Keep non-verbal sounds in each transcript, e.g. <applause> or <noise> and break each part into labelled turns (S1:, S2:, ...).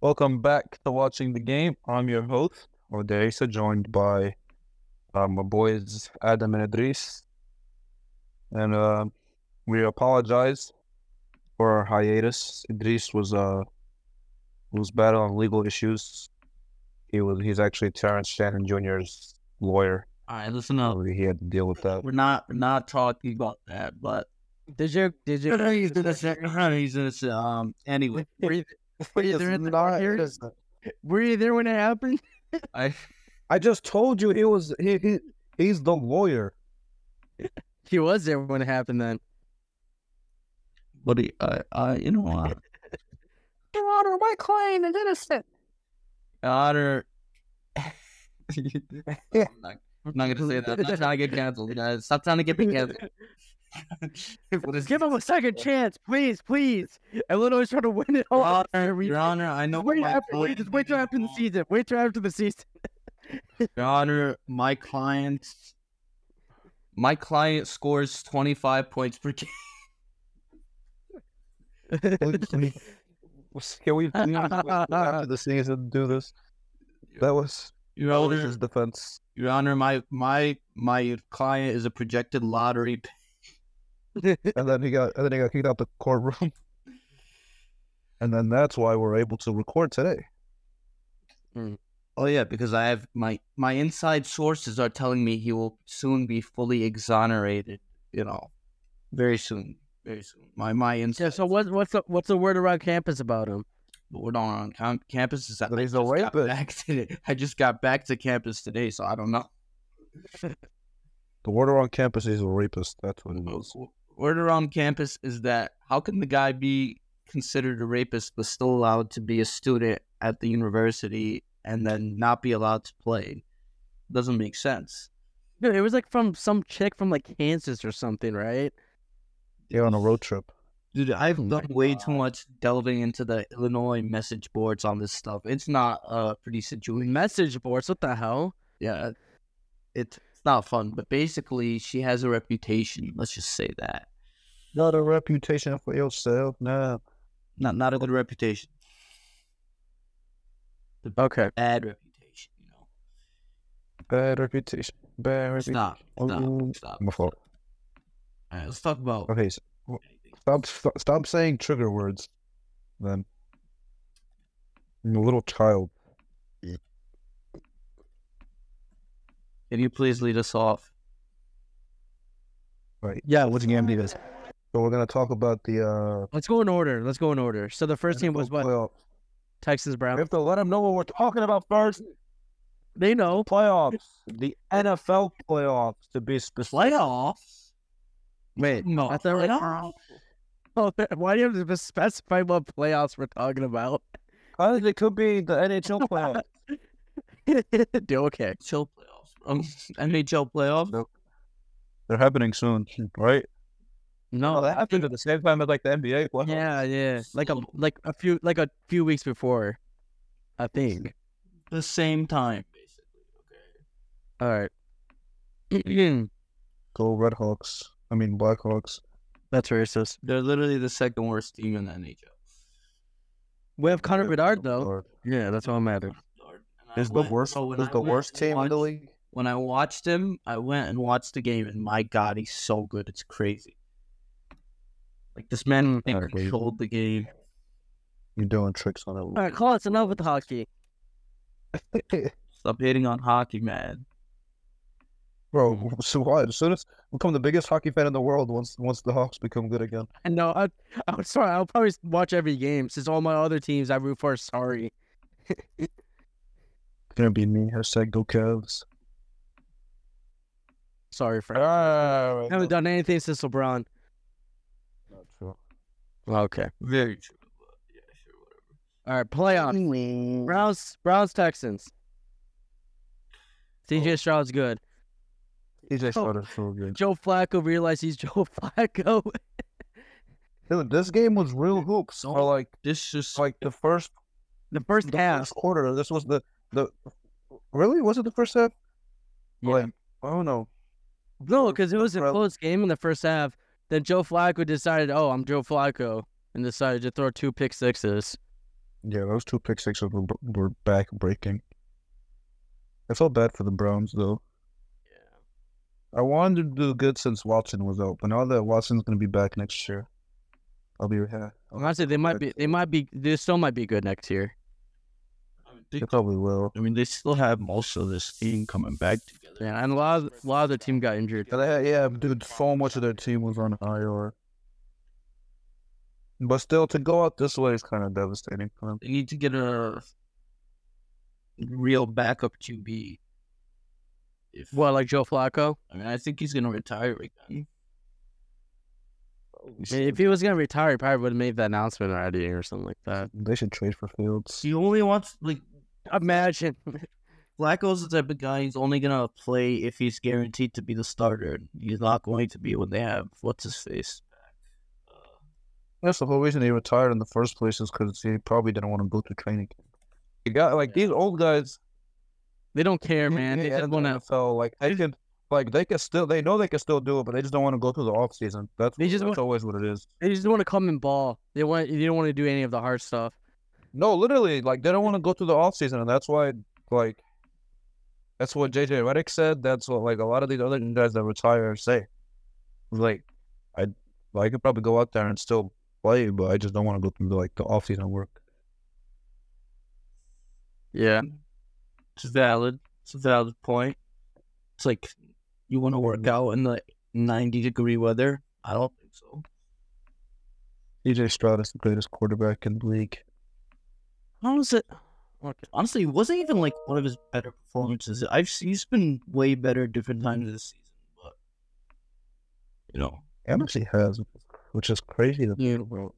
S1: Welcome back to Watching the Game. I'm your host, Odessa, joined by uh, my boys Adam and Idris. And uh, we apologize for our hiatus. Idris was uh was battling legal issues. He was he's actually Terrence Shannon Jr.'s lawyer.
S2: All right, listen
S3: Oh.
S2: up.
S1: so He had to deal with that.
S2: We're not we're not talking about that, but did you did you <laughs> he's innocent. He's innocent. Um anyway. Were you, were you there in the courtyard? Were you there when it happened? I
S1: I just told you he was he, he he's the lawyer.
S4: He was there when it happened then.
S2: what do you, I I you know uh, what?
S3: Your Honor, my client is innocent.
S2: Otter <laughs> I'm not, I'm not gonna say that. I'm not trying to get canceled. guys. Stop trying to get me canceled. What is-
S4: Give him a second chance, please, please. Illinois trying to win it all.
S2: Your Honor,
S4: Every-
S2: Your Honor, I know
S4: wait,
S2: my
S4: after, wait,
S2: client
S4: just wait till
S2: did <laughs>
S4: after the
S2: wrong.
S4: season. Wait till after the season. <laughs>
S2: Your Honor, my client, my client scores twenty five points per game. <laughs>
S1: Please, please. <laughs> Was- Can we please wait till after the season do this? That was
S2: Your
S4: Oh,
S1: that was his defense.
S2: Your Honor, my my my client is a projected lottery. pick.
S4: <laughs>
S1: And then he got and then he got kicked out the courtroom. <laughs> And then that's why we're able to record today.
S2: Oh yeah, because I have my my inside sources are telling me he will soon be fully exonerated. You know, very soon, very soon. My my inside.
S4: Yeah, so what, what's the, what's the word around campus about him? <laughs>
S2: We're not on cam- campus. Is that
S1: That
S2: I
S1: he's a
S2: just got
S1: rapist.
S2: back <laughs> today. I just got back to campus today, so I don't know.
S1: The warder on campus is a rapist. That's what it was.
S2: W- Word around campus is that how can the guy be considered a rapist but still allowed to be a student at the university and then not be allowed to play? Doesn't make sense.
S4: Dude, it was like from some chick from like Kansas or something, right?
S1: They're on a road trip.
S2: Dude, I've
S4: my
S2: done way too much delving into the Illinois message boards on this stuff. It's not a pretty situation.
S4: Message boards. What the hell?
S2: yeah, it's it's not fun. But basically, she has a reputation. Let's just say that
S1: Not a reputation for yourself, nah.
S2: not not a good reputation,
S4: Okay.
S2: bad reputation. You know,
S1: Bad reputation. Bad reputation.
S2: stop,
S1: Um,
S2: stop, stop.
S1: My fault.
S2: All right, let's talk about
S1: Okay, so
S2: anything.
S1: stop stop, stop saying trigger words. Then I'm a little child.
S2: Can you please lead us off?
S1: Right.
S4: Yeah, what's game is?
S1: So we're gonna talk about the uh
S4: Let's go in order. Let's go in order. So the first team was
S1: NFL
S4: what?
S1: playoff.
S4: Texans
S1: We
S4: Browns.
S1: have to let them know what we're talking about first.
S4: They know.
S1: Playoffs, the NFL playoffs, to be specific.
S2: Playoffs?
S4: Wait, <laughs>
S2: No,
S4: I thought we-
S2: playoffs?
S4: why do you have to specify what playoffs we're talking about? <laughs>
S1: I think it could be the NHL playoffs.
S4: Dude, okay.
S2: Chill playoffs, bro. <laughs> NHL playoffs.
S1: Nope. They're happening soon, right?
S4: No,
S1: they happened at the same time as like the NBA playoffs.
S4: Oh, Yeah, yeah. Like a
S2: Slow.
S4: like a few like a few weeks before, I think.
S2: The same time, basically. Okay.
S4: All right.
S1: Go Redhawks. I mean Blackhawks.
S4: <clears throat> That's racist.
S2: They're literally the second worst team in the NHL.
S4: We have Connor
S1: Yeah,
S4: Bedard though.
S1: Lord.
S4: Yeah, that's all that matters.
S2: And I
S1: Is the
S2: went-
S1: worst?
S2: so when
S1: is
S2: I
S1: the
S2: went
S1: worst
S2: and
S1: team in the
S2: watched-
S1: league?
S2: When I watched him, I went and watched the game, and my God, he's so good. It's crazy. Like this man
S1: I agree.
S2: controlled the game.
S1: You're doing tricks on it.
S4: All right, call us enough with hockey.
S2: Stop hating on hockey, man.
S1: Bro, <laughs> so what? As soon as become the biggest hockey fan in the world once once the Hawks become good again.
S4: I know. I, I'm sorry. I'll probably watch every game since all my other teams I root for. are Sorry.
S1: Gonna be me. Hashtag go Cavs.
S4: Sorry, Frank.
S1: Alright,
S4: I haven't done anything since LeBron.
S1: Not true.
S4: Okay.
S2: Very true. but Yeah, sure, whatever.
S4: All right, playoffs. Browns, Browns, Texans.
S2: Oh.
S4: CJ Stroud's good.
S1: DJ
S4: Oh.
S1: started so good.
S4: Joe Flacco realized he's <laughs> Joe Flacco.
S1: Dude, this game was real hoops.
S2: So-
S1: Or like
S2: This is
S1: like the first
S4: The first
S1: the
S4: half.
S1: first quarter. This was the the really was it the first half?
S4: Yeah.
S1: Like I don't know.
S4: No, because it was a
S1: Rel-
S4: close game in the first half. Then Joe Flacco decided, oh, I'm Joe Flacco, and decided to throw two pick sixes.
S1: Yeah, those two pick sixes were, were back breaking. I felt bad for the Browns though. I wanted to do good since Watson was out, but now that Watson's gonna be back next year, I'll be yeah. I'll-
S4: Honestly, they might be. They might be. They still might be good next year.
S2: I mean,
S1: They
S2: they,
S1: probably will.
S2: I mean, they still have most of this team coming back together.
S4: Yeah, and a lot. Of, a lot of their team got injured.
S1: Yeah, they- yeah, dude, so much of their team was on IR. But still, to go out this way is kind of devastating for them.
S2: They need to get a real backup QB. If
S4: What, like Joe Flacco?
S2: I mean, I think he's gonna retire again.
S4: I mean, if he was gonna retire, he probably would have made that announcement already or something like that.
S1: They should trade for Fields.
S2: He only wants like
S4: Imagine. <laughs>
S2: Flacco's the type of guy he's only gonna play if he's guaranteed to be the starter. He's not going to be when they have what's his face.
S1: That's the whole reason he retired in the first place is because he probably didn't want to go to training camp. You got like these old guys,
S4: They
S1: <laughs>
S4: don't care, man. They
S1: Yeah,
S4: just
S1: in the
S4: want to.
S1: NFL, like they can, like they can still, they know they can still do it, but they just don't want to go through the off season. That's
S4: They just
S1: that's
S4: want-
S1: always what it is.
S4: They just want to come and ball. They want. They don't want to do any of the hard stuff.
S1: No, literally, like they don't want to go through the off season, and that's why, like, that's what JJ Redick said. That's what like a lot of these other guys that retire say. Like, I, I could probably go out there and still play, but I just don't want to go through like the off season work.
S4: Yeah.
S2: It's valid. It's a valid point. It's like you want to work out in the ninety degree weather. I don't think so.
S1: DJ Stroud is the greatest quarterback in the league.
S4: How is it? Okay.
S2: Honestly, it wasn't even like one of his better performances. I've he's been way better at different times this season, but you know,
S1: And actually has, which is crazy. to
S4: Yeah.
S1: think about.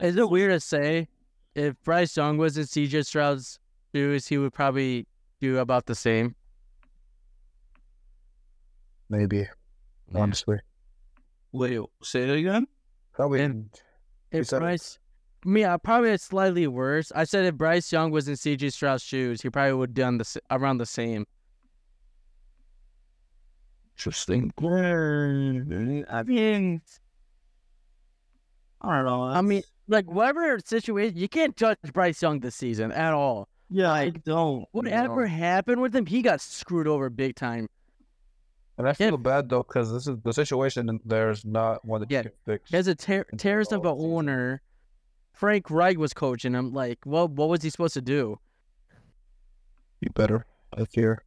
S4: Is it weird to say if Bryce Young was in CJ Stroud's shoes, he would probably do about the same?
S1: Maybe, honestly.
S2: wait, say that again.
S1: Probably.
S4: If
S1: Is that-
S4: Bryce, me, I probably it's slightly worse. I said if Bryce Young was in CJ Stroud's shoes, he probably would have done the s- around the same.
S2: Interesting. I mean, I don't know.
S4: I mean, like whatever situation, you can't judge Bryce Young this season at all.
S2: yeah, I don't.
S4: Whatever happened with him, he got screwed over big time.
S1: And I feel
S4: Yeah.
S1: bad though because this is the situation. in there is not one that
S4: Yeah.
S1: you can fix.
S4: He has a ter-
S1: Until
S4: terrorist of
S1: all
S4: an
S1: season.
S4: owner. Frank Reich was coaching him. Like, what? What was he supposed to do?
S1: You better. I fear.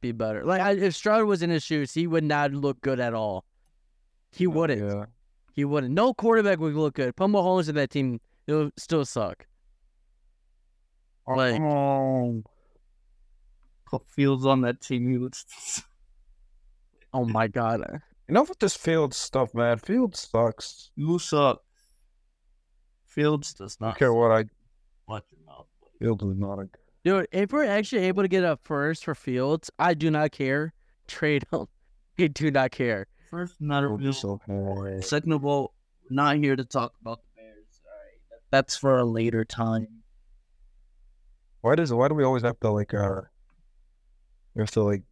S4: be better. Like I, if Stroud was in his shoes, he would not look good at all. He wouldn't.
S1: Oh, Yeah.
S4: He wouldn't. No quarterback would look good. Put Mahomes in that team, it'll still suck. Like
S1: Oh,
S2: put Fields on that team. He would.
S4: oh my god,
S1: enough with this field stuff, man. Field sucks.
S2: You suck. Fields does
S1: I
S2: not
S1: don't care what I.
S2: watch your mouth. buddy.
S1: Field is not a.
S4: dude. If we're actually able to get a first for Fields, I do not care. Trade <laughs> him. I do not care.
S2: First, not a
S1: Field
S2: real.
S1: is so hard.
S2: Second of all, not here to talk about the Bears. All right, that, that's for a later time.
S1: Why does? Why do we always have to like? Uh, we have to like,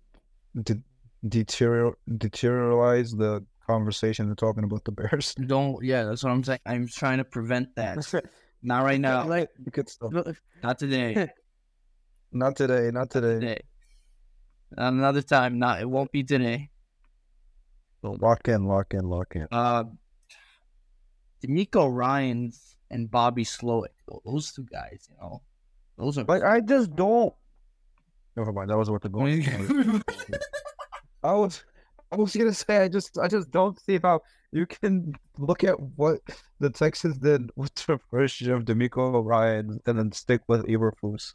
S1: de- deterior deteriorize the conversation and talking about the Bears. <laughs>
S2: Don't. Yeah, that's what I'm saying. I'm trying to prevent that. Not right now.
S4: Like
S1: Good stuff.
S4: look,
S1: <laughs>
S2: Not today.
S1: Not today. Not today.
S2: Today. Another time. Not. It won't be today.
S1: Lock in. Lock in. Lock in.
S2: Uh, D'Amico Ryan's and Bobby Slowick. Those two guys. You know, those are.
S1: Like I just don't. Never mind. That was what the going. <laughs> I was, I was gonna say. I just, I just don't see how you can look at what the Texans did with the first year of D'Amico Ryan and then stick with Eberflus.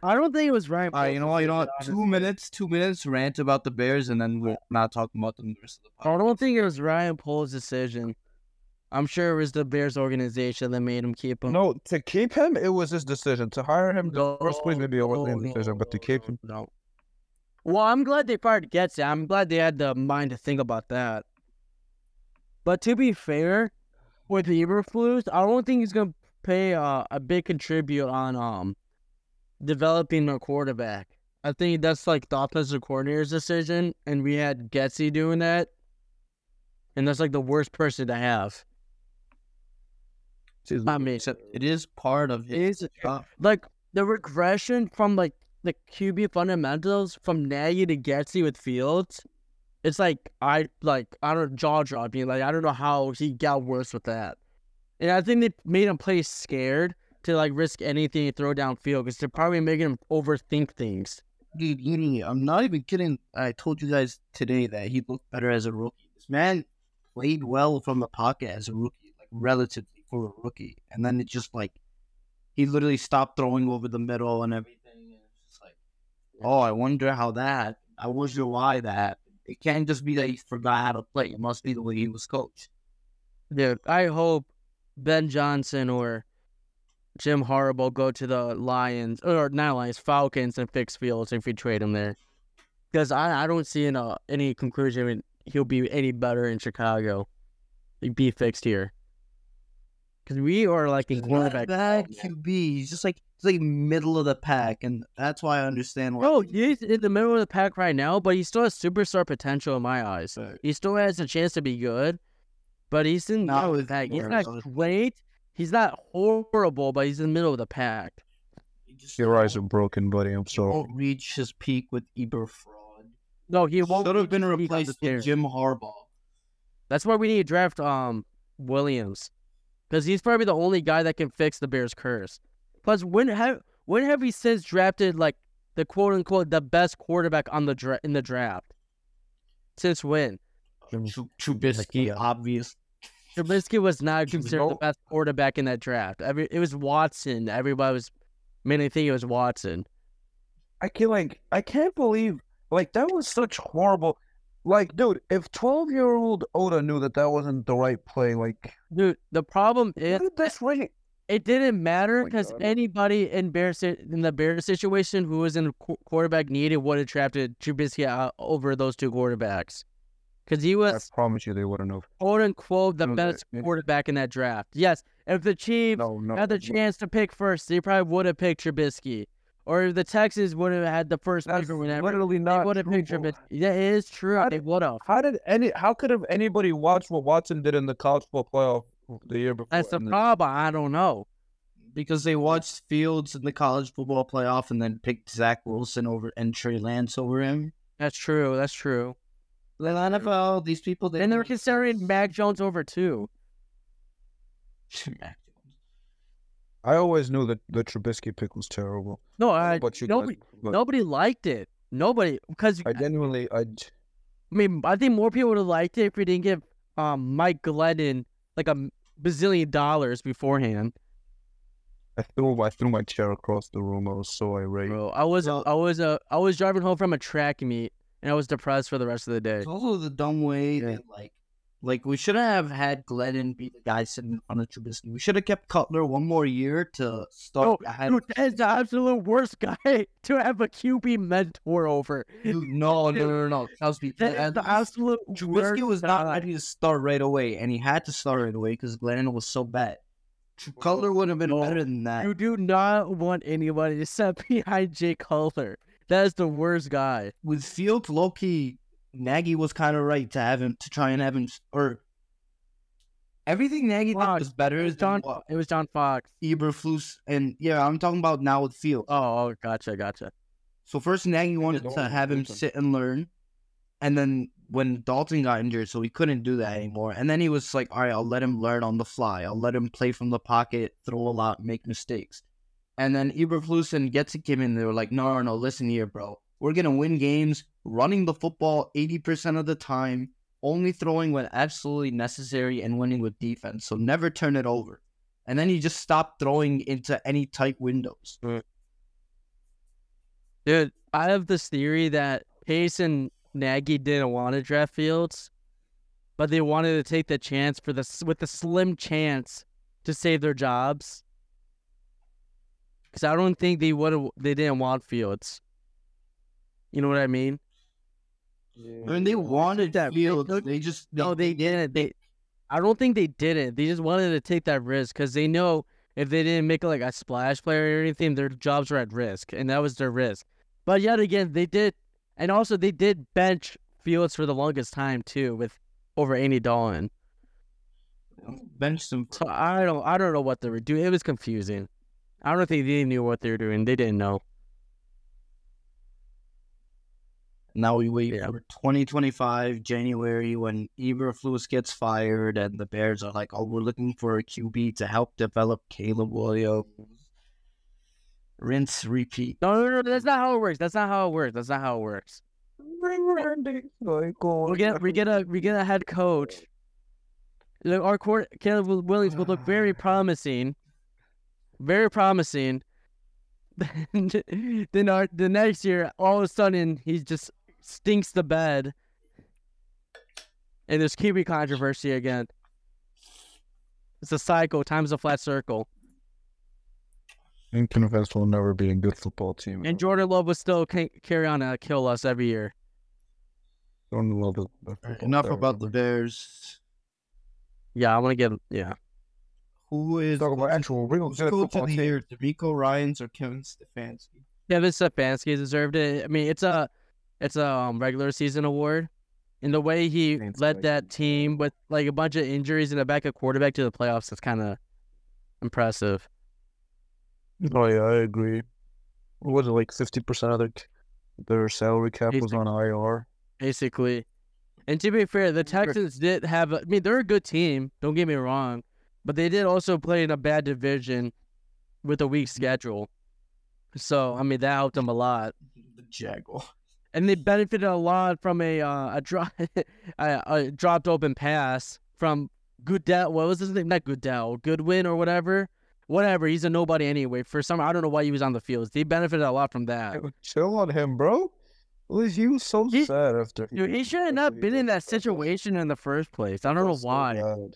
S4: I don't think it was Ryan.
S2: All right, you know what? You know what? Two minutes, two minutes rant about the Bears, and then we're not talking about them the rest of the
S4: I
S2: podcast.
S4: don't think it was Ryan Pohl's decision. I'm sure it was the Bears organization that made him keep him.
S1: No, to keep him, it was his decision. To hire him, the
S4: No,
S1: first place maybe it wasn't his
S4: no,
S1: decision, uh, but to
S4: no,
S1: keep him,
S4: no. Well, I'm glad they fired Getz. I'm glad they had the mind to think about that. But to be fair, with Eberflus, I don't think he's gonna pay uh, a big contribute on um developing a quarterback. I think that's like the offensive coordinator's decision, and we had Getzey doing that, and that's like the worst person to have.
S1: She's
S4: I mean,
S2: Except it is part of his
S4: is
S2: job.
S4: like the regression from like the QB fundamentals from Nagy to Getsy with Fields. It's like I like I don't jaw dropping. Like I don't know how he got worse with that. And I think they made him play scared to like risk anything and throw downfield because they're probably making him overthink things.
S2: Dude, literally, I'm not even kidding. I told you guys today that he looked better as a rookie. This man played well from the pocket as a rookie, like relatively for a rookie. And then it just like he literally stopped throwing over the middle and everything. And it's just like, oh, I wonder how that. I wonder why that. It can't just be that he forgot how to play. It must be the way he was coached.
S4: Dude, I hope Ben Johnson or Jim Harbaugh go to the Lions or not Lions Falcons and fix Fields if we trade him there, because I, I don't see in a, any conclusion when he'll be any better in Chicago. He'd be fixed here, because we are like in
S2: He's not a
S4: quarterback.
S2: bad QB. He's just like he's like middle of the pack, and that's why I understand why.
S4: Bro, he's in the middle of the pack right now, but he still has superstar potential in my eyes.
S2: Right.
S4: He still has a chance to be good, but he's in the
S2: Not
S4: middle of
S2: with
S4: the pack. He's
S2: Flores,
S4: not
S2: though.
S4: great. He's not horrible, but he's in the middle of the pack.
S2: He just
S1: your eyes are
S2: don't-
S1: broken, buddy. I'm
S2: he
S1: sorry.
S2: won't reach his peak with Eberfraud.
S4: No, he
S2: He
S4: won't.
S2: should have been
S4: be on the
S2: replaced
S4: tear.
S2: with Jim Harbaugh.
S4: That's why we need to draft um Williams, because he's probably the only guy that can fix the Bears' curse. Plus, when have when have we since drafted like the quote unquote the best quarterback on the dra- in the draft? Since when?
S1: Jim-
S2: Chu- Trubisky, obvious.
S4: Trubisky was not
S1: He was
S4: considered the
S1: not-
S4: best quarterback in that draft. Every it was Watson. Everybody was mainly think it was Watson.
S1: I can like I can't believe like that was such horrible. Like, dude, if twelve year old Oda knew that that wasn't the right play, like
S4: Dude, the problem is
S1: what did this ring?
S4: It didn't matter
S1: Oh my
S4: because
S1: God.
S4: anybody in Bear si- in the Bears situation who was in qu- quarterback needed would have drafted Trubisky out over those two quarterbacks because he
S1: I
S4: was
S1: promise you, they wouldn't have.
S4: quote unquote the
S1: No, they-
S4: best
S1: yeah.
S4: quarterback in that draft. Yes, if the Chiefs
S1: No, no.
S4: had the
S1: no.
S4: chance to pick first, they probably would have picked Trubisky, or if the Texans would have had the first
S1: That's
S4: pick or whatever.
S1: literally
S4: They
S1: not.
S4: would have picked
S1: true.
S4: Trubisky. Yeah, it is true.
S1: How
S4: They
S1: did-
S4: would have.
S1: How did any? How could have anybody watched what Watson did in the college football playoff the year before?
S4: That's the
S1: and then-
S4: problem. I don't know.
S2: Because they watched Fields in the college football playoff and then picked Zach Wilson over and Trey Lance over him.
S4: That's true. That's true.
S2: The NFL, these people, they
S4: And they're considering
S2: <laughs>
S4: Mac Jones over too.
S2: Mac Jones.
S1: I always knew that the Trubisky pick was terrible.
S4: No, I,
S1: but you guys-
S4: nobody,
S1: but
S4: nobody liked it. Nobody, because I,
S1: I genuinely, I j-
S4: mean, I think more people would have liked it if we didn't give um Mike Glennon like a m- bazillion dollars beforehand.
S1: I threw I threw my chair across the room. I was so irate.
S4: Bro, I was,
S2: Well-
S4: I was, uh, I was driving home from a track meet, and I was depressed for the rest of the day.
S2: It's also the dumb way
S1: Yeah.
S2: that like like we shouldn't have had Glennon be the guy sitting in front of Trubisky. We should have kept Cutler one more year to start. ahead
S4: Dude,
S2: of-
S4: that is the absolute worst <laughs> guy to have a QB mentor over.
S2: Dude, no, no, no, no. Trust me.
S4: That is
S2: at
S4: the uh,
S2: least
S4: absolute worst
S2: Trubisky was not
S4: guy.
S2: ready to start right away, and he had to start right away because Glennon was so bad. Tr- Cutler would have been
S4: No.
S2: better than that.
S4: You do not want anybody to set <laughs> behind Jay Cutler. That is the worst guy.
S2: With Fields, low key, Nagy was kind of right to have him to try and have him s- or everything Nagy did
S4: Fuck.
S2: was better than
S4: John,
S2: what
S4: it was John Fox.
S2: Eberflus and yeah, I'm talking about now with Fields.
S4: Oh, oh, gotcha, gotcha.
S2: So first Nagy wanted
S1: don't
S2: to
S1: want
S2: have him
S1: Dalton.
S2: sit and learn, and then when Dalton got injured, so he couldn't do that anymore. And then he was like, "All right, I'll let him learn on the fly. I'll let him play from the pocket, throw a lot, make mistakes." And then Eberflus and Getzey came in. They were like, "No, no, no. Listen here, bro. We're gonna win games running the football eighty percent of the time, only throwing when absolutely necessary, and winning with defense. So never turn it over." And then he just stopped throwing into any tight windows.
S4: Dude, I have this theory that Pace and Nagy didn't want to draft Fields, but they wanted to take the chance for the s- with the slim chance to save their jobs. Because I don't think they would have. They didn't want Fields. You know what I mean?
S2: And they wanted
S4: that-
S2: that
S4: they
S2: Fields.
S4: took-
S2: They just
S4: No, they didn't. They, I don't think they didn't. They just wanted to take that risk because they know if they didn't make like a splash player or anything, their jobs were at risk, and that was their risk. But yet again, they did, and also they did bench Fields for the longest time too, with over Andy Dolan.
S2: bench them.
S4: So I don't I don't know what they were doing. It was confusing. I don't think they knew what they were doing. They didn't know.
S2: Now we wait
S4: Yeah.
S2: for 2025 January when Eberflus gets fired and the Bears are like, oh, we're looking for a QB to help develop Caleb Williams. Rinse, repeat.
S4: No, no, no, that's not how it works. That's not how it works. That's not how it works. We get we get a we get a head coach. Look, our court Caleb Wil- Williams will look very promising, very promising. <laughs> then our the next year, all of a sudden, he just stinks the bed, and there's QB controversy again. It's a cycle times a flat circle,
S1: And Confess will never be a good football team.
S4: and Jordan Love will still ca- carry on to kill us every year.
S1: Jordan Love is the
S2: All right,
S1: football
S2: enough
S1: player.
S2: about the Bears.
S4: Yeah, I want to get yeah.
S2: Who is
S1: Talk about actual real
S2: who's
S1: good
S2: coach
S1: football
S2: of the
S1: team.
S2: year? D'Amico Ryan's or Kevin Stefanski?
S4: Kevin Stefanski deserved it. I mean, it's a it's a um, regular season award, and the way he
S1: Thanks,
S4: led
S1: Mike.
S4: that team with like a bunch of injuries and a backup quarterback to the playoffs is kind of impressive.
S1: Oh yeah, I agree. What was it like fifty percent of their their salary cap was on IR?
S4: basically. And to be fair, the Texans did have. A, I mean, they're a good team. Don't get me wrong, but they did also play in a bad division with a weak schedule. So I mean, that helped them a lot,
S2: The Jaguar.
S4: and they benefited a lot from a uh, a, dro- <laughs> a, a dropped open pass from Goodell. What was his name? Not Goodell, Goodwin or whatever. Whatever. He's a nobody anyway. For some, I don't know why he was on the field. They benefited a lot from that.
S1: Chill on him, bro. Well, He was so
S4: He-
S1: sad after. <laughs>
S4: Dude, he should have not been in that situation in the first place. I don't know
S1: was so
S4: why.
S1: bad.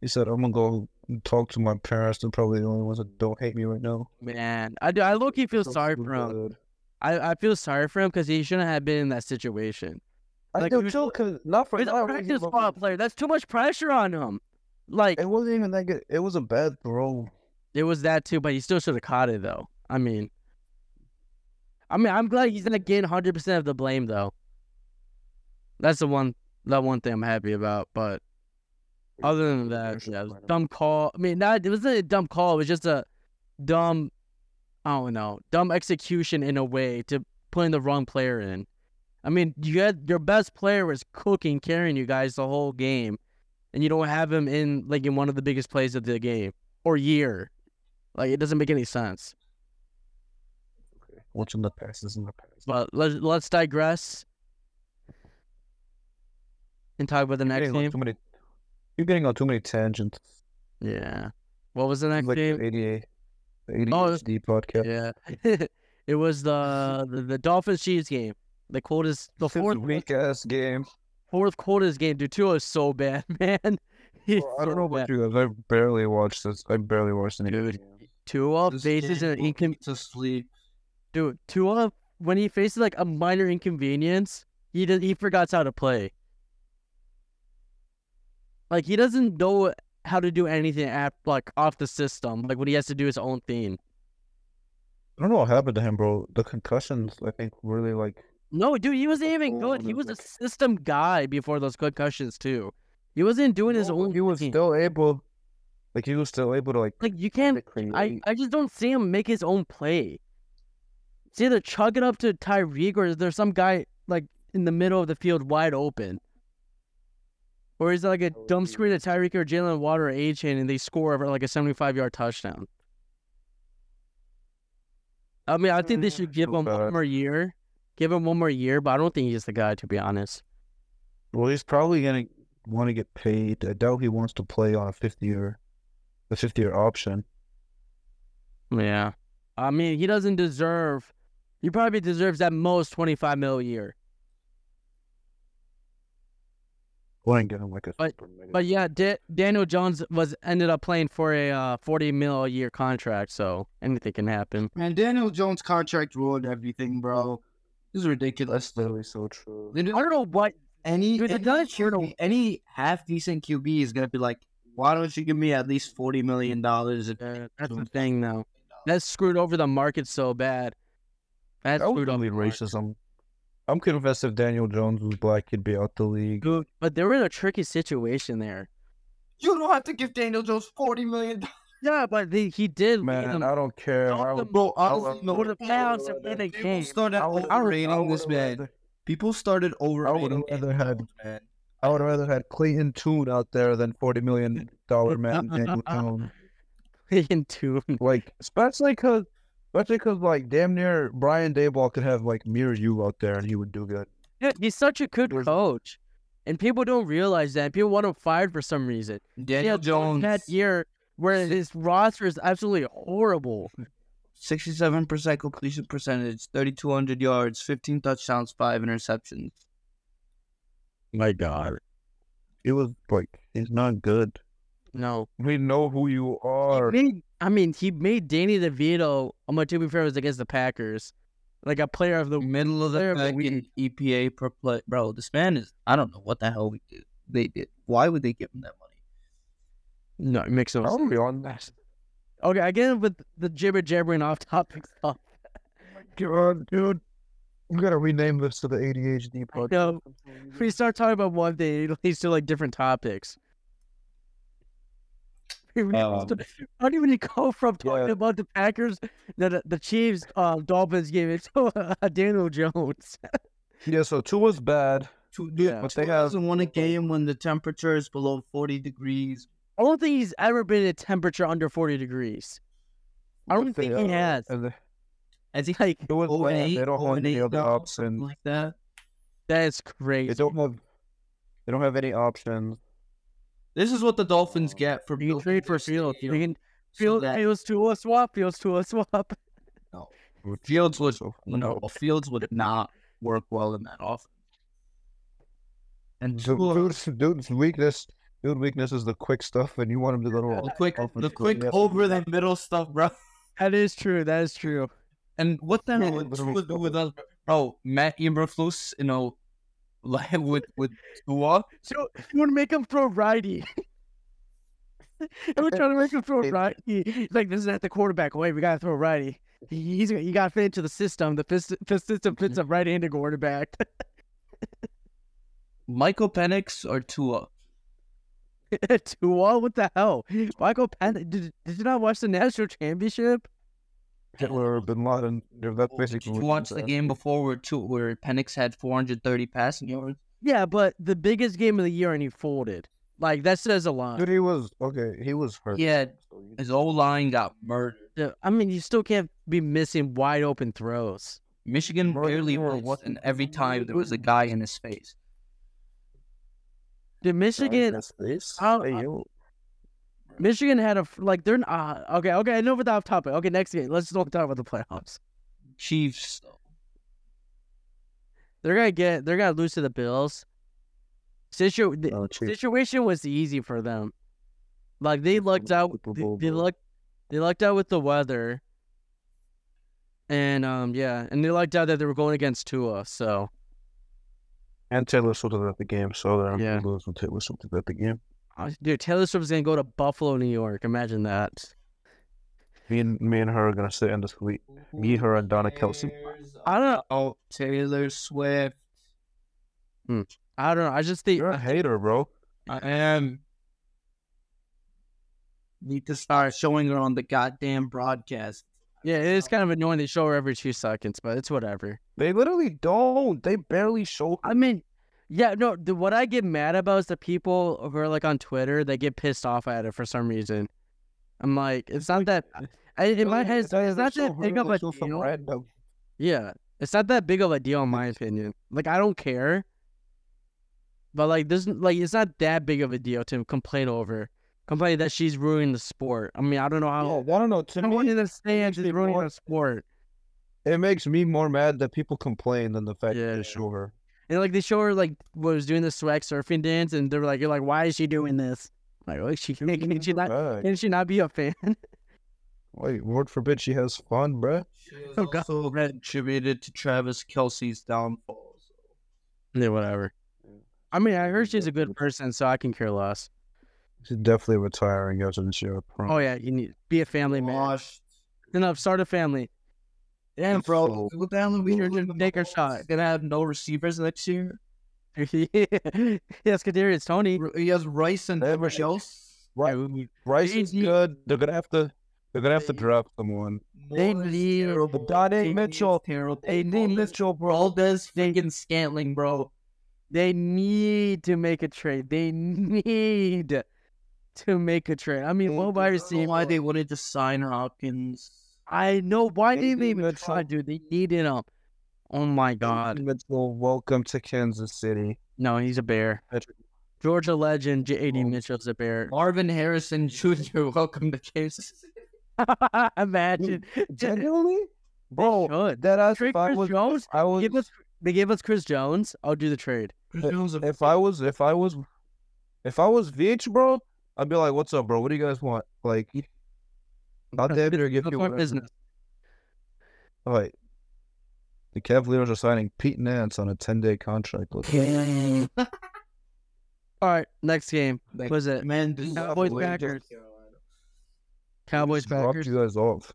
S1: He said, "I'm gonna go talk to my parents. They're probably the only ones that don't hate me right now."
S4: Man, I do. I low key feel
S1: So
S4: sorry for him.
S1: good.
S4: I, I feel sorry for him because he shouldn't have been in that situation.
S1: I
S4: Like,
S1: do
S4: he was-
S1: too, 'cause not for
S4: He's
S1: not
S4: a
S1: really
S4: practice
S1: loving-
S4: squad player. That's too much pressure on him. Like
S1: It wasn't even that good. It was a bad throw.
S4: it was that too, but he still should have caught it though. I mean, I mean, I'm glad he's not getting 100 percent of the blame though. That's the one. That one thing I'm happy about. But other than that, yeah, it was a dumb call. I mean, not it wasn't a dumb call. It was just a dumb. I don't know, dumb execution in a way to putting the wrong player in. I mean, you had your best player was cooking, carrying you guys the whole game, and you don't have him in like in one of the biggest plays of the game or year. Like it doesn't make any sense.
S1: Watching the passes in the past.
S4: But let's let's digress and talk about the next
S1: Getting on
S4: game.
S1: too many- You're getting on too many tangents.
S4: Yeah. What was the next
S1: like
S4: game?
S1: the ADA, the
S4: Oh,
S1: ADHD podcast.
S4: Yeah. <laughs> it was the the, the Dolphins Chiefs game. The coldest the fourth
S1: weak ass
S4: <laughs>
S1: game.
S4: fourth quarters game. Dude, Tua is so bad, <laughs> man. He's
S1: Well, I
S4: so
S1: don't know about
S4: bad.
S1: you guys. I barely watched this. I barely watched any.
S2: Dude.
S4: Tua
S2: This
S4: faces
S2: game
S4: an
S2: put
S4: incom-
S2: me to sleep.
S4: dude. Tua when he faces like a minor inconvenience, he does, he forgets how to play. Like he doesn't know how to do anything af- like off the system. Like when he has to do his own thing.
S1: I don't know what happened to him, bro. The concussions, I think, really like.
S4: No, dude, he wasn't even
S1: Oh,
S4: good. He
S1: no,
S4: was a
S1: like-
S4: system guy before those concussions too. He wasn't doing his own.
S1: he was
S4: thing.
S1: still able, like he was still able to like.
S4: like you can't I, I just don't see him make his own play. It's either chug it up to Tyreek or there's some guy like in the middle of the field wide open. Or is it like a
S1: would
S4: dumb
S1: be
S4: screen to Tyreek or Jalen Water or A chain and they score over like a seventy five yard touchdown? I mean, I think they should give
S1: so
S4: him one
S1: bad.
S4: more year. Give him one more year, but I don't think he's the guy to be honest.
S1: well, he's probably gonna want to get paid. I doubt he wants to play on a fifth year, the fifth year option.
S4: Yeah. I mean, he doesn't deserve he probably deserves at most twenty five mil a year.
S1: Well, I can get him like a. super mega-
S4: But yeah, da- Daniel Jones was ended up playing for a uh, forty mil a year contract, so anything can happen.
S2: Man, Daniel Jones' contract ruined everything, bro. This is ridiculous.
S1: that's literally so true.
S2: They
S4: I
S2: didn't-
S4: don't know what.
S2: Any
S4: Dude, the
S2: any,
S4: Giants sure
S2: QB
S4: don't-
S2: any half decent QB is gonna be like, why don't you give me at least forty million dollars?
S4: Uh, that's the thing, though. That screwed over the market so bad. That
S1: That was
S4: screwed over
S1: only
S4: the market.
S1: racism. I'm convinced if Daniel Jones was black, he'd be out the league.
S4: Dude, but they were in a tricky situation there.
S2: You don't have to give Daniel Jones forty million dollars.
S4: Yeah, but the, he did lead
S1: Man,
S4: them.
S1: I don't care. I
S4: Talk
S1: would,
S4: about
S1: I
S2: no.
S4: for the Browns to
S1: would
S4: win a
S1: rather-
S4: game.
S2: Started
S1: I would- I
S2: overrating
S1: would
S2: this man.
S1: rather-
S2: People started overrating
S1: rather
S2: Daniel
S1: had-
S2: Jones, man.
S1: I would rather had Clayton Toon out there than forty million dollar man Daniel
S4: <laughs>
S1: Jones.
S4: In two.
S1: Like especially because, especially because like damn near Brian Dayball could have like mirror you out there and he would do good.
S4: Yeah, he's such a good
S1: There's-
S4: coach, and people don't realize that. People want him fired for some reason.
S2: Daniel Jones
S4: that year where his roster is absolutely horrible.
S2: sixty-seven percent completion percentage, thirty-two hundred yards, fifteen touchdowns, five interceptions.
S5: My God.
S1: It was like it's not good.
S4: No,
S1: We know who you are.
S4: made, I mean he made Danny DeVito. I'm gonna to be fair, it was against the Packers, like a player of the
S2: Middle of the
S4: Player of the
S2: pack in
S4: week.
S2: EPA per play, bro. This man is. I don't know what the hell we did. They did. Why would they give him that money?
S4: no it makes no
S1: How are
S4: sense.
S1: we on that?
S4: Oh, Okay, again with the jibber jabbering off topic <laughs> stuff.
S1: Come on, dude. We gotta rename this to the ADHD podcast.
S4: No, we start talking about one thing, it leads to like different topics. <laughs> We really
S2: Um,
S4: st- How do you go from talking
S1: yeah.
S4: about the Packers, the the Chiefs, uh, Dolphins game it to uh, <laughs> Daniel Jones?
S1: Yeah, so two was bad.
S2: Two,
S4: Yeah.
S1: But they have-
S2: doesn't won a game when the temperature is below forty degrees.
S4: I don't think he's ever been at a temperature under 40 degrees. I don't
S1: But they,
S4: think he
S1: uh,
S4: has.
S1: and they-
S2: As he
S4: Like,
S1: It was
S2: oh and
S1: bad.
S2: Oh, eight,
S1: They don't
S2: oh
S1: have
S2: and
S1: any
S2: eight
S1: of the
S2: now, something
S1: options.
S2: like that.
S4: that is
S1: They
S4: crazy.
S1: don't have. They don't have any options.
S2: This is what the Dolphins get for
S4: You can
S2: building
S4: trade for
S2: their
S4: Fields. You
S2: stadium
S4: can
S2: so
S4: Fields,
S2: that-
S4: Fields to a swap, Fields to a swap. <laughs>
S2: Fields would
S1: So,
S2: no, Fields would not work well in that offense. And
S1: Dude,
S2: Tua-
S1: dude's, dude's weakness. Dude, weakness is the quick stuff, and you want him to go to
S2: the
S1: all.
S2: quick, the
S1: offensive
S2: quick
S1: linemen.
S2: over the middle stuff, bro.
S4: That is true. That is true.
S2: And what the
S1: <laughs>
S2: hell
S1: Yeah,
S2: would
S1: literally.
S2: Tua do with us, bro? Matt Eberflus, you know, <laughs> like with with Tua,
S4: So you want to make him throw righty. <laughs> We're trying to make him throw
S1: It-
S4: righty. He's Like this is at the quarterback. Wait, we gotta throw righty. He- He's you gotta fit into the system. The fist, fist system fits a right-handed quarterback. <laughs>
S2: Michael Penix or Tua.
S4: Tua, what the hell? Michael Penn, did, did you not watch the national championship?
S1: Hitler, Bin Laden. they're- That's
S2: Did
S1: basically.
S2: you
S1: what
S2: watch
S1: he's
S2: the
S1: at.
S2: game before where two, where Penix had 430 passing yards?
S4: Yeah, but the biggest game of the year, and he folded. Like that says a lot.
S1: Dude, he was okay. He was hurt.
S2: Yeah,
S1: so you-
S2: his O line got murdered.
S4: Yeah, I mean, you still can't be missing wide open throws.
S2: Michigan
S1: Bro, they
S2: barely
S1: were
S2: blitzed,
S1: what-
S2: and every time there was a guy in his face.
S4: Did Michigan?
S1: That's this.
S4: I'll-
S1: Hey,
S4: I-
S1: yo.
S4: Michigan had a f- like they're not okay. Okay, enough with the off topic. Okay, next game. Let's don't talk about the playoffs.
S2: Chiefs, though.
S4: They're gonna get. They're gonna lose to the Bills. Situ- the
S1: Oh, Chiefs.
S4: situation was easy for them. Like they lucked out.
S1: Super
S4: They,
S1: Bowl,
S4: they
S1: bro.
S4: lucked. They lucked out with the weather. And um, yeah, and they lucked out that they were going against Tua. So
S1: And Taylor Swift was at the game, so um, they're yeah.
S4: Yeah.
S1: losing Taylor Swift is at the game.
S4: uh, dude, Taylor Swift's gonna go to Buffalo, New York. Imagine that.
S1: Me and me and her are gonna sit in the suite. Me, her, and Donna Kelsey.
S4: I don't.
S2: Oh, Taylor Swift.
S4: I don't know. I just think
S1: You're a hater, bro.
S2: I am. Need to start showing her on the goddamn broadcast.
S4: Yeah, it is kind of annoying. They show her every two seconds, but it's whatever.
S1: They literally don't. They barely show.
S4: I mean, yeah, no. The, what I get mad about is the people who are like on Twitter that get pissed off at it for some reason. I'm like, it's not that. I, in my head, it's, it's not that big of a deal.
S1: random.
S4: Yeah, it's not that big of a deal in my opinion. Like, I don't care. But like, there's n- like, it's not that big of a deal to complain over, complain that she's ruining the sport. I mean, I don't know
S1: Oh,
S4: how.
S1: I don't know. To me,
S4: Someone in the stands is
S1: actually
S4: ruining
S1: more-
S4: the sport.
S1: it makes me more mad that people complain than the fact that
S4: Yeah.
S1: they show her.
S4: And like they show her like was doing the swag surfing dance, and they're like, "You're like, why is she doing this? Like, oh, she can, can she <laughs> not?
S1: Right.
S4: Can she not be a fan? <laughs>
S1: Wait, Lord forbid she has fun, bruh.
S2: She was
S4: Oh, God.
S2: also contributed to Travis Kelsey's downfall. so-
S4: yeah, whatever. I mean, I heard she's a good person, so I can care less.
S1: She's definitely retiring as an show.
S4: Oh yeah, you need be a family man.
S2: Washed.
S4: Enough, start a family. Damn,
S1: It's
S4: bro.
S1: so-
S4: <laughs>
S2: What the hell are we
S4: Ooh,
S2: doing?
S4: take her shot.
S2: He's Gonna have no receivers next year.
S4: yes, Kadarius Tony.
S2: R- He has Rice and
S1: Never.
S2: everybody else.
S1: Right.
S4: Right.
S1: Rice
S4: They
S1: is
S4: need-
S1: good. They're gonna have to. They're gonna have to
S2: They-
S1: draft someone.
S2: They need
S1: terrible. Donnie Mitchell.
S2: Terrible.
S1: Hey, Nate Mitchell, bro.
S2: Valdez, Finnegan, Scantling, bro.
S4: They need to make a trade. They need to make a trade. I mean, what wide
S2: I don't know
S4: receiver?
S2: why they wanted to sign Hopkins.
S4: I know. Why didn't they
S1: Maybe
S4: even
S1: Mitchell.
S4: try, dude? They needed him. Oh my God.
S1: Mitchell, welcome to Kansas City.
S4: No, he's a bear.
S1: Patrick-
S4: Georgia legend J.D.
S1: Oh.
S4: Mitchell's a bear.
S2: Marvin Harrison Jr., <laughs> welcome to Kansas. City.
S4: <laughs> Imagine. <laughs>
S1: Genuinely, bro.
S4: Should.
S1: That ass,
S4: Trade
S1: if I
S4: Chris
S1: was,
S4: Jones.
S1: I was,
S4: Give us, they gave us Chris Jones. I'll do the trade.
S2: Chris Jones,
S1: if I was, if I was, if I was VH, bro, I'd be like, "What's up, bro? What do you guys want?" Like, I'll damn near give
S4: That's
S1: you
S4: my
S1: whatever.
S4: business.
S1: All right. The Cavaliers are signing Pete Nance on a ten-day contract. Look,
S2: <laughs>
S4: All right, next game.
S2: Like,
S4: was it
S2: Man, this is
S4: Cowboys,
S2: Cowboys.
S4: Packers? Cowboys
S1: dropped
S4: Packers.
S1: you guys off.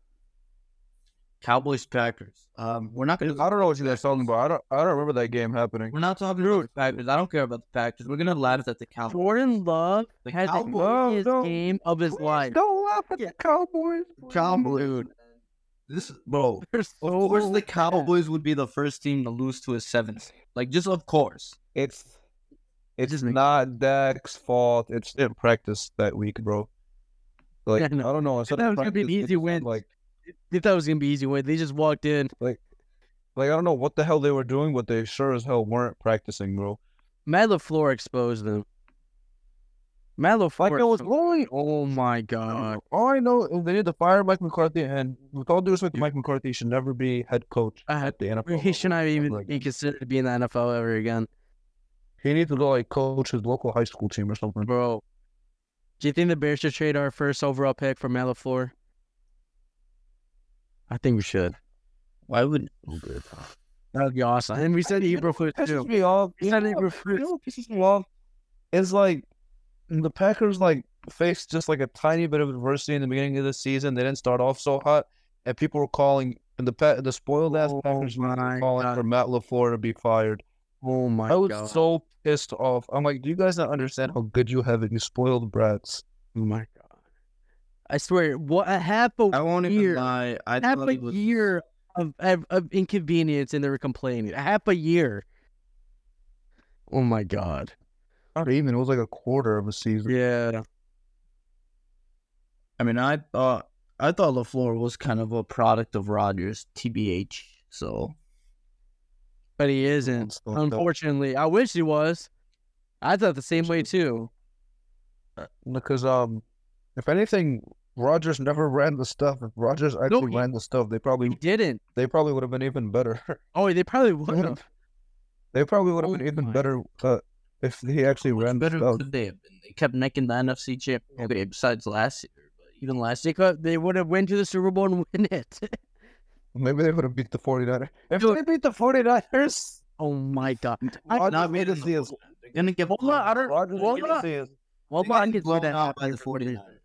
S2: Cowboys, Packers. Um, we're not
S1: I
S2: gonna.
S1: don't know what you guys talking about. I don't. I don't remember that game happening.
S2: We're not talking about the Packers. I don't care about the Packers. We're gonna laugh at the Cowboys.
S4: Jordan Love
S2: The
S4: had the
S2: Cowboys.
S1: No,
S4: luckiest
S1: no.
S4: game of his life.
S1: Don't laugh at the Cowboys.
S2: Cowboys. This is bro.
S4: They're so
S2: Of course, the
S4: bad.
S2: Cowboys would be the first team to lose to a seventh. Like, just of course.
S1: It's it's not Dak's fault. It's in practice that week, bro. Like
S4: <laughs> Yeah,
S1: I,
S4: no.
S1: don't know. I said
S4: That was
S1: in
S4: gonna be an
S1: practice,
S4: easy
S1: it's
S4: win.
S1: Like
S4: They thought it was gonna be easy win. They just walked in.
S1: like I don't know what the hell they were doing, but they sure as hell weren't practicing, bro.
S4: Matt Lafleur exposed them. Matt Lafleur.
S1: it was
S4: lonely. Oh my
S1: Uh,
S4: god.
S1: all I know is they need to fire Mike McCarthy, and with all due respect, Mike McCarthy should never be head coach
S4: I had
S1: at the NFL.
S4: he should
S1: level.
S4: not even
S1: Oh, like-
S4: be considered to be in the NFL ever again,
S1: He needs to go like coach his local high school team or something.
S4: bro. Do you think the Bears should trade our first overall pick for Matt Lafleur? I think we should.
S5: Why would
S4: That'd be awesome. And we said Eberflus
S1: pisses
S4: too.
S1: me off.
S4: It's not
S1: You know
S4: even
S1: what-
S4: fruit.
S1: you know what pisses me off? It's like the Packers like faced just like a tiny bit of adversity in the beginning of the season. They didn't start off so hot, and people were calling and the pa- the spoiled ass
S4: Oh
S1: Packers were
S4: my
S1: calling
S4: God.
S1: for Matt Lafleur to be fired.
S4: Oh my
S1: I was
S4: god.
S1: so pissed off. I'm like, do you guys not understand how good you have it? You spoiled brats.
S4: Oh my god. I swear, what a half a
S2: I won't
S4: year.
S2: even lie. I
S4: half
S2: thought
S4: a
S2: it was-
S4: year of, of of inconvenience and they were complaining. Half a year. Oh my god.
S1: Not even. It was like a quarter of a season.
S4: Yeah.
S2: I mean, I thought I thought Lafleur was kind of a product of Rodgers, tbh. So
S4: But he isn't.
S1: Still don't-
S4: Unfortunately. I wish he was. I thought the same way too.
S1: because um, if anything, Rogers never ran the stuff. If Rogers actually
S4: he-
S1: ran the stuff, they
S4: He
S1: probably
S4: didn't.
S1: they probably would have been even
S4: <laughs>
S1: better.
S4: Oh, they probably would have.
S1: <laughs> They probably would have
S4: Oh
S1: been even
S4: my.
S1: better uh, if he actually
S2: much
S1: ran
S2: better
S1: better. Stuff.
S2: could they have been? They kept necking the NFC champ. Okay, besides last year, but even last
S4: They
S2: year,
S4: could, they would have went to the Super Bowl and win it. <laughs>
S1: Maybe they would have beat the 49ers. If
S4: Dude.
S1: they beat the 49ers,
S4: oh my god. I-
S1: Rodgers
S2: not made
S1: would
S2: it
S1: see us.
S2: they're gonna get.
S4: Hold on, I don't-
S1: Rodgers
S4: Well,
S1: would
S4: not-
S1: see us.
S4: Well,
S2: They got
S4: I can see
S2: blown
S4: that
S2: out by
S4: happening
S2: the
S4: for sure.
S2: 49ers.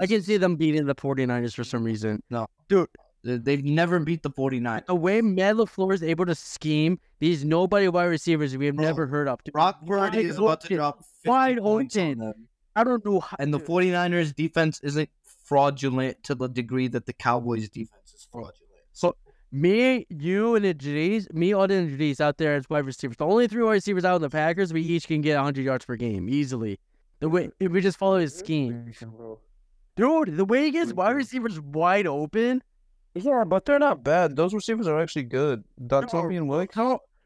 S4: I can see them beating the 49ers for some reason.
S2: No.
S4: Dude,
S2: They- They've never beat the 49ers.
S4: the way Matt LaFleur is able to scheme these nobody wide receivers we have
S2: Bro,
S4: never heard of. dude.
S2: Brock Purdy
S4: Wide
S2: is about to
S4: open.
S2: drop 50
S4: Wide
S2: points on
S4: open.
S2: them.
S4: I don't know how.
S2: And the 49ers defense isn't fraudulent to the degree that the Cowboys defense is fraudulent.
S4: Me, you, and the Jays, me, all the Jays out there as wide receivers. The only three wide receivers out in the Packers, we each can get 100 yards per game easily. The way if we just follow his scheme, dude. The way he gets wide
S2: Mm-hmm.
S4: receivers wide open.
S1: Yeah, but they're not bad. Those receivers are actually good.
S4: They're-
S1: Dontavian Wilkes.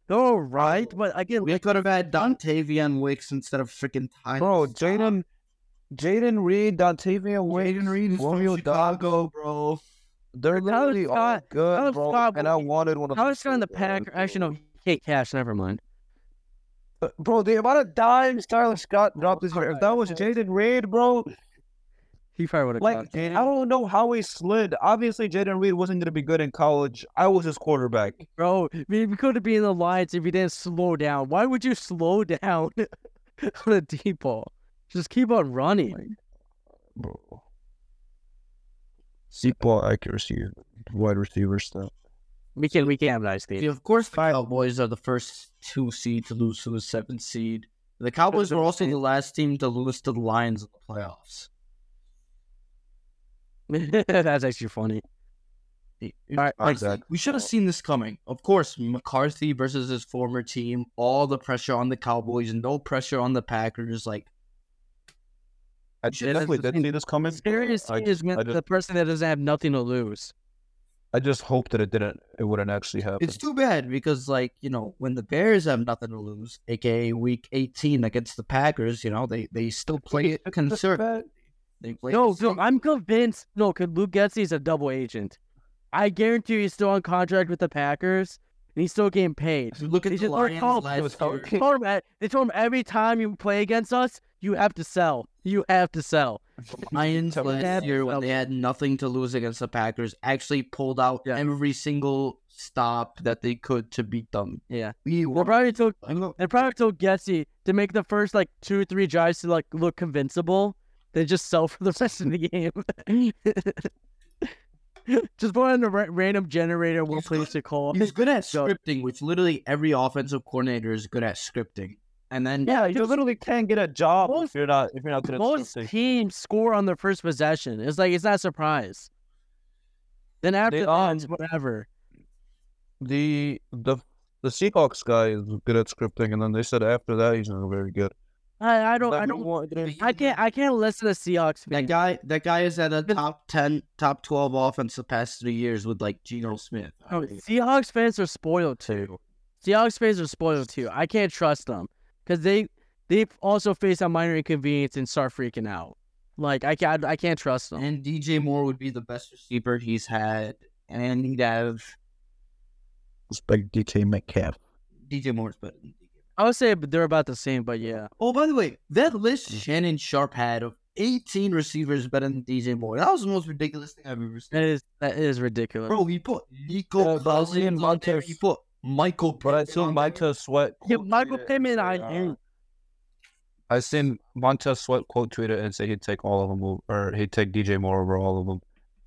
S4: They're all right, but again,
S2: We could have had Dontavian Wicks instead of freaking Tyler.
S1: Bro,
S2: Scott.
S1: Jaden, Jaden Reed, Dontavian Wilkes,
S2: Jaden Reed is
S1: Romeo
S2: from Chicago, bro.
S1: They're
S4: Tyler
S1: literally all
S4: Scott- Tyler
S1: good, bro.
S4: Scott
S1: And
S4: will
S1: I
S4: be-
S1: wanted one of
S4: how
S1: those
S4: is Scott in the
S1: so bad,
S4: Packer? Actually, no,
S1: bro.
S4: Kate Cash. Never mind.
S1: Uh, Bro, the amount of dimes Tyler Scott dropped this year. If that was
S4: Alright.
S1: Jaden Reed, bro,
S4: He probably would have.
S1: Like I don't know how he slid. Obviously, Jaden Reed wasn't going to be good in college. I was his quarterback.
S4: Bro, I mean, we could have been in the Lions if you didn't slow down. Why would you slow <laughs> down on a deep ball? Just keep on running.
S1: Bro, deep ball accuracy, wide receiver stuff.
S4: We can we can have nice
S2: See,
S4: things.
S2: of course, the Cowboys are the first two seed to lose to a seventh seed. The Cowboys were also the last team to lose to the Lions in the playoffs.
S4: <laughs> That's actually funny. All right,
S1: Fuck that.
S2: We should have seen this coming. Of course, McCarthy versus his former team, all the pressure on the Cowboys, no pressure on the Packers. Like,
S1: I
S2: Shit,
S1: definitely
S2: that's the
S1: did see this coming.
S4: Serious
S1: I,
S4: is when
S1: I just-
S4: the person that doesn't have nothing to lose.
S1: I just hope that it didn't. It wouldn't actually happen.
S2: it's too bad because, like, you know, when the Bears have nothing to lose, aka Week 18 against the Packers, you know, they they still play it concerned. They play it
S4: No, no,
S2: conservative.
S4: I'm convinced. No, 'cause Luke Getzey is a double agent. I guarantee you he's still on contract with the Packers, and he's still
S1: <laughs>
S4: getting paid.
S2: If you look at
S4: They
S2: the
S4: just aren't
S2: Lions
S4: called-
S1: It was
S2: last
S1: how-
S2: year.
S4: They told him, at- they told him every time you play against us, you have to sell. You have to sell.
S2: Lions
S1: Tell me
S2: last
S4: that.
S2: year when they had nothing to lose against the Packers actually pulled out
S4: Yeah.
S2: every single stop that they could to beat them.
S4: Yeah.
S2: We
S4: They
S2: were
S4: probably told
S2: I know.
S4: they probably told Getzey to make the first like two three drives to like look convincible, then just sell <laughs> for the rest of the game. <laughs> just put on a ra- random generator. We'll
S2: He's
S4: place to call.
S2: He's good at
S4: So-
S2: scripting, which literally every offensive coordinator is good at scripting. And then
S1: Yeah, you
S4: just-
S1: literally can't get a job
S4: Most-
S1: if you're not if you're not good at
S4: Most
S1: something.
S4: teams score on their first possession. It's like it's not a surprise. Then after
S1: They
S4: that,
S1: are.
S4: it's whatever.
S1: The the the Seahawks guy is good at scripting, and then they said after that he's not very good.
S4: I, I don't.
S1: Like,
S4: I don't.
S1: what-
S4: I can't. I can't listen to Seahawks
S2: that
S4: fan.
S2: guy that guy is at a top ten, top twelve offense the past three years with like Geno Smith.
S4: Oh, Seahawks fans are spoiled too. Seahawks fans are spoiled too. I can't trust them because they they also face a minor inconvenience and start freaking out. Like I can't. I can't trust them.
S2: And DJ Moore would be the best receiver he's had. And he'd have
S5: Respect DK Metcalf.
S2: DJ Moore's better than DJ.
S4: I would say they're about the same, but yeah.
S2: Oh, by the way, that list Shannon Sharp had of 18 receivers better than DJ Moore. That was the most ridiculous thing I've ever seen.
S4: That is that is ridiculous.
S2: Bro, he put Nico
S1: Yeah, but I was
S2: Cousins
S1: seeing
S2: on there.
S1: Montez-
S2: He put Michael
S1: But I
S2: Pittman on
S1: seen
S2: there.
S1: Montez Sweat.
S4: yeah,
S2: oh,
S1: quote
S4: Michael
S1: tweeted
S4: Pittman,
S1: and
S4: I
S1: say,
S4: hate.
S1: uh, I seen Montez Sweat quote tweeted and say he'd take all of them over, or he'd take DJ Moore over all of them.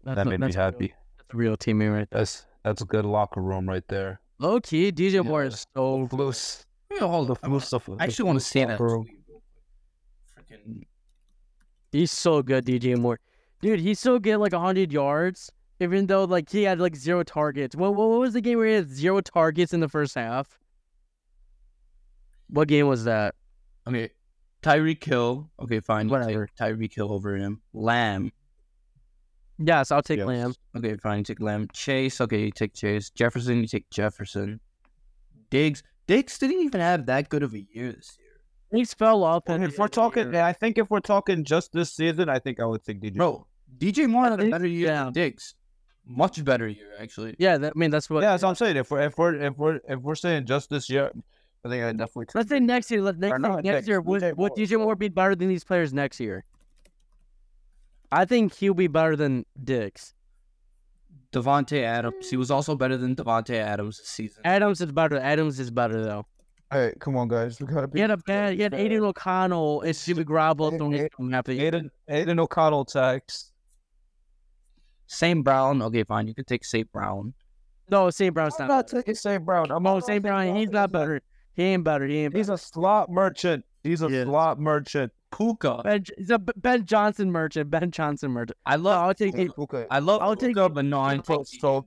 S4: That's
S1: that
S4: not-
S1: made me
S4: that's real-
S1: happy.
S4: That's a real teammate right there.
S1: That's that's a good locker room right there.
S4: Low key, DJ Moore
S1: Yeah.
S4: is so
S1: Loose.
S2: Let me hold
S1: The
S2: up. I
S1: full stuff.
S2: I actually want to see that.
S1: locker room.
S2: tweet real quick. Freaking
S4: He's so good, DJ Moore. Dude, he's so good, like 100 yards, even though like he had like zero targets. What, what, what was the game where he had zero targets in the first half? What game was that?
S2: Okay. Tyreek Hill. Okay, fine. you take
S4: Whatever.
S2: Tyreek Hill over him. Lamb.
S4: Yes, I'll take
S1: Yes.
S4: Lamb.
S2: Okay, fine. You take Lamb. Chase. Okay, you take Chase. Jefferson. You take Jefferson. Diggs. Diggs didn't even have that good of a year this year.
S4: He's fell off.
S1: Well,
S4: And
S1: if we're talking, I think if we're talking just this season, I think I would think DJ.
S2: Bro, DJ Moore had a
S4: Diggs-
S2: better year
S4: yeah.
S2: than Diggs. Much better year, actually.
S4: yeah, that, I mean, that's what.
S1: yeah, that's what I'm saying. If we're if we're if we're if we're saying just this year, I think I definitely.
S4: Let's say next year. Let, next,
S1: not
S4: next
S1: next,
S4: year, would,
S1: DJ
S4: would
S1: Moore,
S4: DJ Moore be better than these players next year? I think he'll be better than Diggs.
S2: Devonte Adams. He was also better than Devonte Adams this season.
S4: Adams is better. Adams is better though.
S1: All right, come on, guys, we gotta
S4: He
S1: be.
S4: had a bad. He had Aiden O'Connell and Jimmy Garoppolo
S1: Aiden-
S4: throwing his thumb half the year.
S1: Aiden Aiden O'Connell tax.
S2: Sam Brown. Okay, fine. You could take Sam Brown.
S4: No, St. Brown's
S1: I'm
S4: not.
S1: not taking St. Brown. I'm
S4: no,
S1: not
S4: St. Oh, Brown.
S1: taking
S4: He's not better. He ain't better. He ain't.
S1: He's
S4: Better.
S1: a slot merchant. He's a
S4: He is.
S1: slot merchant.
S2: Puka.
S4: Ben, he's a B- Ben Johnson merchant. Ben Johnson merchant.
S2: I
S4: No,
S2: love.
S4: I'll take.
S1: Okay,
S4: it-
S1: okay.
S2: I love.
S4: I'll take-
S2: Puka, but no, I
S1: Puka's so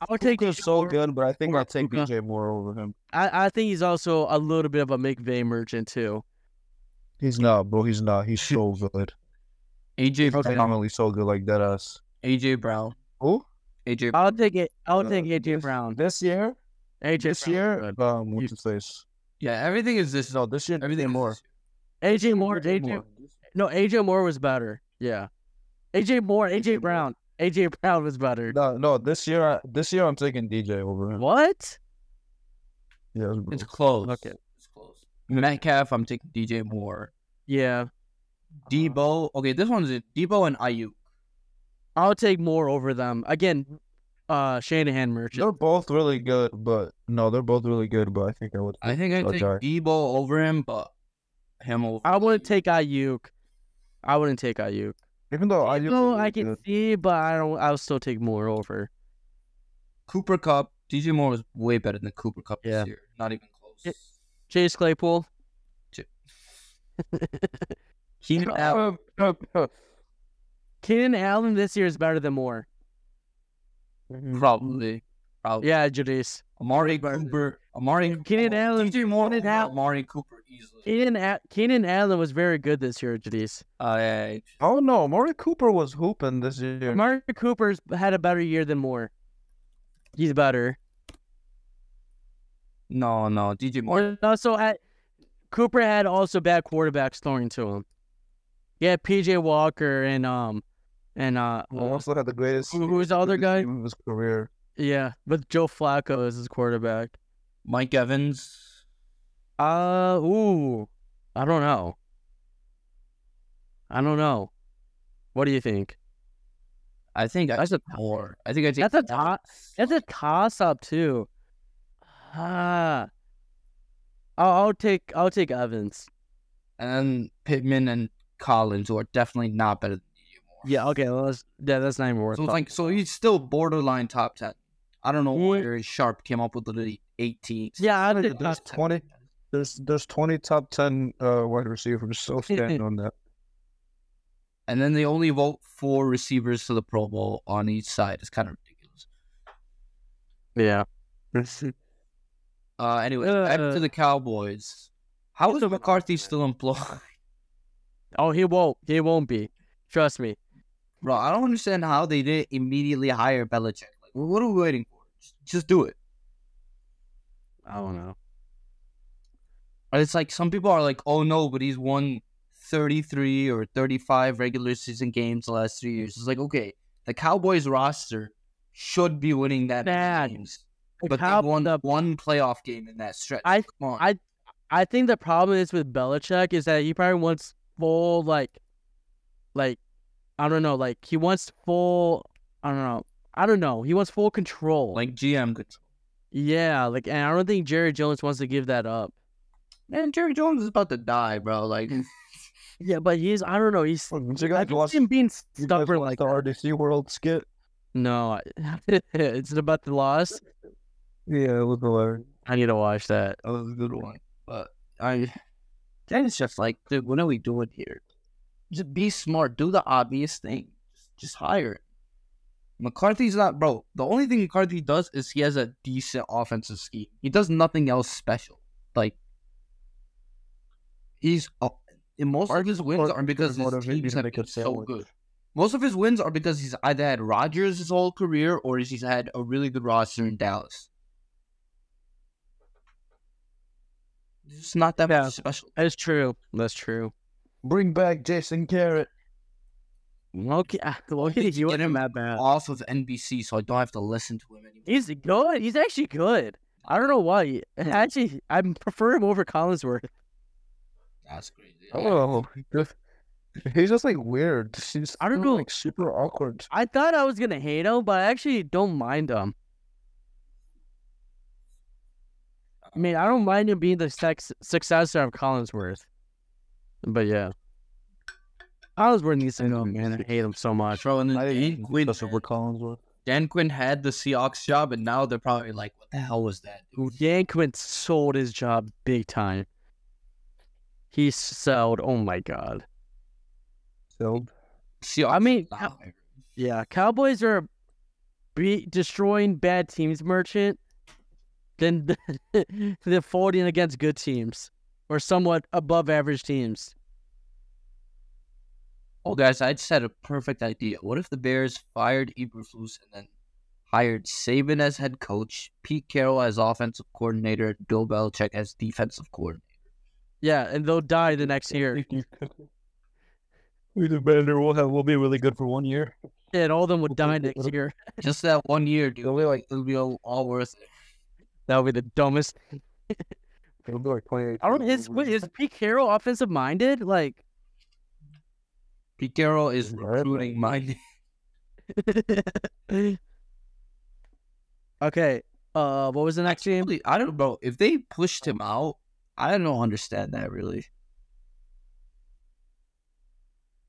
S4: I'll take.
S1: Puka's
S4: DJ
S1: so
S4: Moore.
S1: good, but I think
S4: Or
S1: I'll take
S4: Puka.
S1: DJ Moore over him.
S4: I, I think he's also a little bit of a McVay merchant too.
S1: He's not, bro. He's not. He's so <laughs> good.
S2: AJ
S1: He's
S2: Brown.
S1: phenomenally so good like that ass.
S2: AJ Brown.
S1: Who?
S2: AJ.
S4: I'll take it. I'll
S1: Uh,
S4: take AJ
S1: this-
S4: Brown.
S1: This year?
S4: AJ
S1: This
S4: Brown's
S1: year?
S4: good.
S1: Um, what's his face?
S2: Yeah, everything is this.
S1: No, this year.
S2: Everything
S1: DJ
S2: more.
S4: AJ Moore. AJ. No, AJ Moore was better. Yeah. AJ Moore. AJ Brown. AJ Brown was better.
S1: No, no. This year, I, this year I'm taking DJ over him.
S4: What?
S1: Yeah, bro.
S2: It's close.
S4: Look at-
S2: It's close. Metcalf. I'm taking DJ Moore.
S4: Yeah.
S2: Debo. Okay, this one's it. Debo and IU.
S4: I'll take Moore over them again. Uh, Shanahan merchant.
S1: they're both really good, but no, they're both really good. But I think I would.
S2: I think I
S1: So
S2: take
S1: sorry.
S2: Debo over him, but him over.
S4: I wouldn't take Ayuk. I wouldn't take Ayuk.
S1: Even though I,
S4: No, I <laughs> can see, but I don't. I'll still take Moore over.
S2: Cooper Cup. DJ Moore was way better than Cooper Cup
S4: Yeah.
S2: this year. Not even close.
S4: Yeah. Chase Claypool.
S1: <laughs>
S2: Keenan Allen.
S4: Keenan Allen this year is better than Moore.
S2: Probably. Probably.
S4: Yeah, Janice.
S2: Amari Cooper. Amari
S4: Keenan Allen-
S2: DJ Moore
S4: Keenan
S2: over
S4: Allen-
S2: Amari Cooper easily.
S4: Keenan A- Keenan Allen was very good this year, Janice.
S2: Uh, yeah, yeah.
S1: Oh no, Murray Cooper was hooping this year.
S4: Amari Cooper's had a better year than Moore. He's better.
S2: No, no. DJ Moore.
S4: Or also had Cooper had also bad quarterbacks throwing to him. Yeah, PJ Walker and um and uh,
S1: Who also had the greatest.
S4: who- who's the other guy?
S1: <laughs> game Of his career.
S4: yeah, but Joe Flacco is his quarterback.
S2: Mike Evans.
S4: Uh ooh. I don't know. I don't know. What do you think?
S2: I think I,
S4: That's a
S2: Moore. I think I take
S4: That's a top- That's a toss up too. Ah. I'll, I'll take I'll take Evans.
S2: and then Pittman and Collins, who are definitely not better than DJ Moore.
S4: Yeah, okay, let's yeah, that's not even worth
S2: So
S4: it.
S2: it's like so he's still borderline top ten. I don't know why
S4: Mm.
S2: Barry Sharp came up with the eighteen.
S4: Yeah, I think
S1: There's
S4: that's
S1: twenty. There's there's twenty top ten uh, wide receivers.
S4: <laughs>
S1: So stand on that.
S2: And then they only vote four receivers to the Pro Bowl on each side. It's kind of ridiculous.
S4: yeah.
S2: Uh, anyway, back
S4: Uh,
S2: to the Cowboys. How is
S4: <laughs>
S2: McCarthy still employed?
S4: Oh, he won't. He won't be. Trust me.
S2: Bro, I don't understand how they didn't immediately hire Belichick. Like, what are we waiting for? Just, just do it.
S4: I don't know.
S2: And It's like some people are like, oh no, but he's won 33 or 35 regular season games the last three years. It's like, okay, the Cowboys roster should be winning that many
S4: Bad.
S2: games, but
S4: How-
S2: they won
S4: the-
S2: one playoff game in that stretch.
S4: I-
S2: Come on.
S4: I- I think the problem is with Belichick is that he probably wants full like, like, I don't know. Like he wants full. I don't know. I don't know. He wants full control.
S2: like GM control.
S4: yeah. Like and I don't think Jerry Jones wants to give that up.
S2: Man, Jerry Jones is about to die, bro. Like,
S4: Yeah, but he's. I don't know. He's.
S1: Did you
S4: I
S1: guys
S4: can
S1: watch?
S4: see him being
S1: You guys
S4: stubborn
S1: watch
S4: like
S1: the
S4: that.
S1: RDC World skit?
S4: No, I- <laughs> it's about the loss.
S1: Yeah, it was hilarious.
S4: I need to watch that.
S2: that was a good one. But I, that is just like, dude, what are we doing here? Just be smart. Do the obvious thing. Just, just hire. McCarthy's not, bro. The only thing McCarthy does is he has a decent offensive scheme. He does nothing else special. Like, he's uh, and most of his wins
S1: Mark-
S2: are because
S1: Mark-
S2: his
S1: motivated
S2: teams
S1: to
S2: have
S1: make a
S2: been so
S1: sandwich.
S2: good. Most of his wins are because he's either had Rodgers his whole career or he's had a really good roster in Dallas. It's just not that
S4: Yeah.
S2: much special.
S4: That's true. That's true.
S1: Bring back Jason Garrett.
S4: Okay, <laughs> well,
S2: think
S4: you
S2: get
S4: him
S2: him
S4: that bad.
S2: Off of NBC, so I don't have to listen to him anymore.
S4: He's good. He's actually good. I don't know why. <laughs> Actually, I prefer him over Collinsworth.
S2: That's crazy.
S1: Oh, he's just like weird. He's
S4: I don't know.
S1: like super awkward.
S4: I thought I was gonna hate him, but I actually don't mind him. I mean, I don't mind him being the sex- successor of Collinsworth. But yeah, Collinsworth needs to go, man. I hate him so
S2: I
S4: much.
S2: throw in
S1: I
S2: Dan Quinn.
S1: That's what Collins was.
S2: Dan Quinn had the Seahawks job, and now they're probably like, "What the hell was that?" dude?"
S4: Yankwin sold his job big time. He sold. Oh my god.
S1: So
S2: Seahawks.
S4: I mean,
S2: are
S4: how-
S2: not-
S4: Yeah, Cowboys are be destroying bad teams, merchant. <laughs> Then they're folding against good teams or somewhat above average teams.
S2: Oh, guys, I just had a perfect idea. What if the Bears fired Eberflus and then hired Saban as head coach, Pete Carroll as offensive coordinator, Bill Belichick as defensive coordinator?
S4: Yeah, and they'll die the next
S1: <laughs>
S4: year.
S1: we the better will have will be really good for one year.
S4: And all of them would die next year.
S2: Just that one year, dude.
S1: It'll be like
S2: It'll be all, all worth it.
S4: That would be the dumbest.
S1: it'll be like twenty eight.
S4: I don't. Is wait, is Pete Carroll offensive minded? Like, <laughs>
S2: Pete Carroll is
S1: Right.
S2: recruiting <laughs> minded.
S4: okay. Uh, what was the next game?
S2: Actually, I don't know. If they pushed him out, I don't understand that really.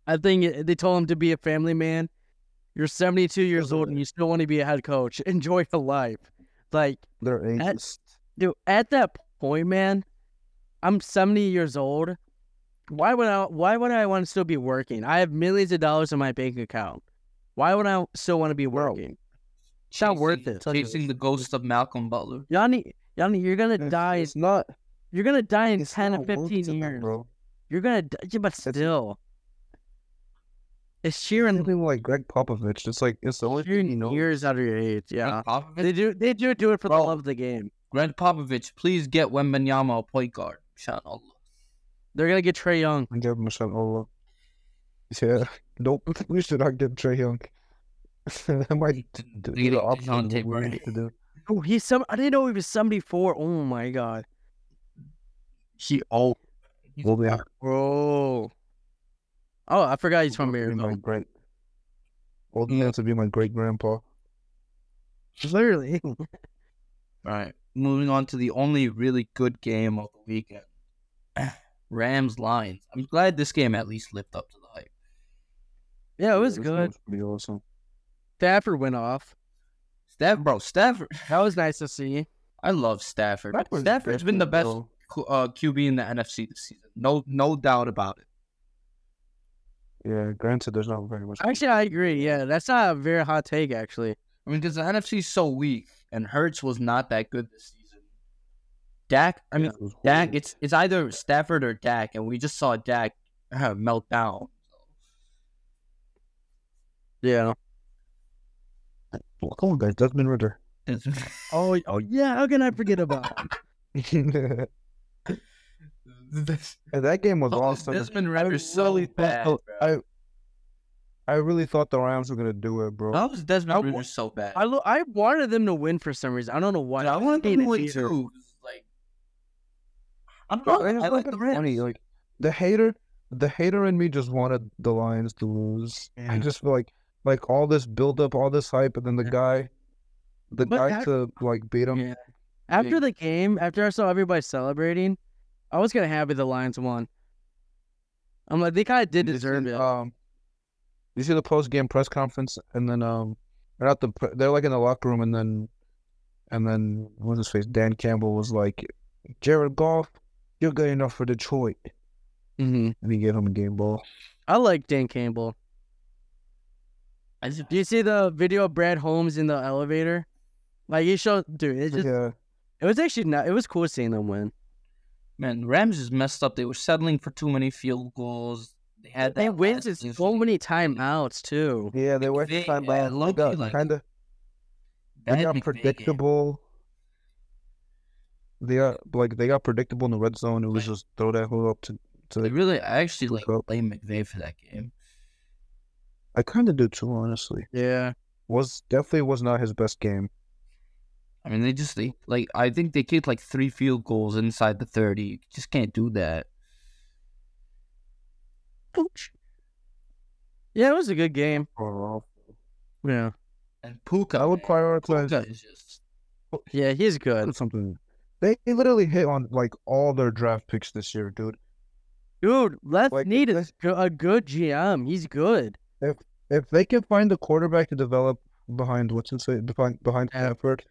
S4: I think it- they told him to be a family man. You're 72 years old and you still want to be a head coach. <laughs> Enjoy your life. Like,
S1: They're ages.
S4: dude, at that point, man, I'm 70 years old. why would I? Why would I want to still be working? I have millions of dollars in my bank account. Why would I still want to be working? It's not worth it.
S2: Chasing the ghost of Malcolm Butler.
S4: Yanni, Yanni, you're gonna die.
S1: It's not.
S4: You're gonna die in
S1: It's
S4: ten or
S1: not worth
S4: fifteen
S1: it,
S4: years.
S1: bro.
S4: You're gonna, die, yeah, but still, it's
S1: Even
S4: Sheeran.
S1: people like Greg Popovich, it's like it's the only thing you
S4: Sheeran
S1: know.
S4: years out of your age. Yeah,
S2: Greg Popovich,
S4: they do. They do do it for the
S2: Bro.
S4: love of the game.
S2: Greg Popovich, please get Wembenyama a point guard. Shout out.
S4: They're gonna get Trey Young.
S1: I give him a shot all up. Yeah, nope. We should not give Trey <laughs> Young. that might d- d- do
S2: Leading
S1: the
S2: to
S1: opposite of
S2: Dejounte
S1: what we need
S2: Murray.
S1: to do.
S4: Oh, he's some. I didn't know he was seventy four. Oh my god,
S2: He old.
S1: Well, yeah,
S4: bro. Oh, I forgot he's from
S1: be my
S4: Maryville.
S1: great. Old man to be my great grandpa.
S4: Literally.
S2: All right. Moving on to the only really good game of the weekend. <clears throat> Rams Lions. I'm glad this game at least lived up to the hype.
S4: <laughs> Yeah, it was good.
S1: Be awesome.
S4: Stafford went off.
S2: Staff, bro, Stafford.
S4: That was nice to see.
S2: I love Stafford. but Stafford's been the best Q- uh, QB in the NFC this season. No, no doubt about it.
S1: Yeah, granted, there's not very much.
S4: Actually, I agree. Yeah, that's not a very hot take. Actually,
S2: I mean, because the NFC is so weak, and Hertz was not that good this season. Dak, I mean,
S1: It was
S2: Dak,
S1: horrible.
S2: it's it's either Stafford or Dak, and we just saw Dak uh, melt down.
S4: yeah.
S1: Well, come on, guys. Desmond Ritter. <laughs>
S2: <laughs>
S4: Oh, oh yeah. How can I forget about? him?
S1: and that game was awesome.
S2: Oh, Desmond
S1: I <laughs>
S2: Ritter's so
S1: really
S2: bad.
S1: thought-
S2: bro.
S1: Oh, I, I really thought the Rams were gonna do it, bro.
S2: How is
S4: I
S2: Desmond
S4: wa-
S2: Ritter so bad?
S4: I lo- I wanted them to win for some reason. I don't know why.
S2: Dude, I want to
S4: Hate
S2: do it
S4: it here.
S2: too. Like, I don't
S1: Bro,
S2: know.
S1: it's
S2: I like
S1: fucking
S2: the Rams.
S1: funny, like the hater, the hater in me just wanted the Lions to lose. I
S2: Yeah.
S1: just feel like like all this build up, all this hype, and then the
S2: Yeah.
S1: guy, the
S4: But
S1: guy
S4: that-
S1: to like beat him.
S2: Yeah.
S4: After the game, after I saw everybody celebrating, I was kind of happy the Lions won. I'm like, they kind of did
S1: you
S4: deserve
S1: see,
S4: it.
S1: Um, you see the post game press conference, and then um, they're not the pre- they're like in the locker room, and then and then what's his face? Dan Campbell was like, Jared Goff, you're good enough for Detroit,
S4: Mm-hmm.
S1: and he gave him a game ball.
S4: I like Dan Campbell.
S2: I just,
S4: Do you see the video of Brad Holmes in the elevator? Like he showed, dude. It just,
S1: yeah,
S4: it was actually not. It was cool seeing them win.
S2: <laughs> man, Rams is messed up. They were settling for too many field goals. They had
S4: They
S2: that
S4: wins
S2: last
S4: is so many timeouts too.
S1: yeah, they were
S2: They-
S1: kind
S2: yeah, low-key,
S1: of
S2: like,
S1: kind of
S2: bad
S1: they got
S2: McVay game.
S1: predictable. They got like they got predictable in the red zone. It was
S2: Right.
S1: just throw that hole up to to.
S2: They
S1: The,
S2: really, I actually like
S1: Well-
S2: blame McVay for that game.
S1: I kind of do too, honestly.
S4: Yeah,
S1: Was definitely was not his best game.
S2: I mean, they just they like I think they kicked like three field goals inside the thirty. You just can't do that.
S4: yeah. It was a good game. Yeah,
S2: And Puka,
S1: I would
S2: man,
S1: prioritize
S2: Puka is just
S4: yeah. He's good.
S1: something. They, they literally hit on like all their draft picks this year, dude.
S4: Dude, let's
S1: Like,
S4: need a,
S1: let's-
S4: go- a good GM. He's good.
S1: If they can find the quarterback to develop behind what's his say behind behind Stafford,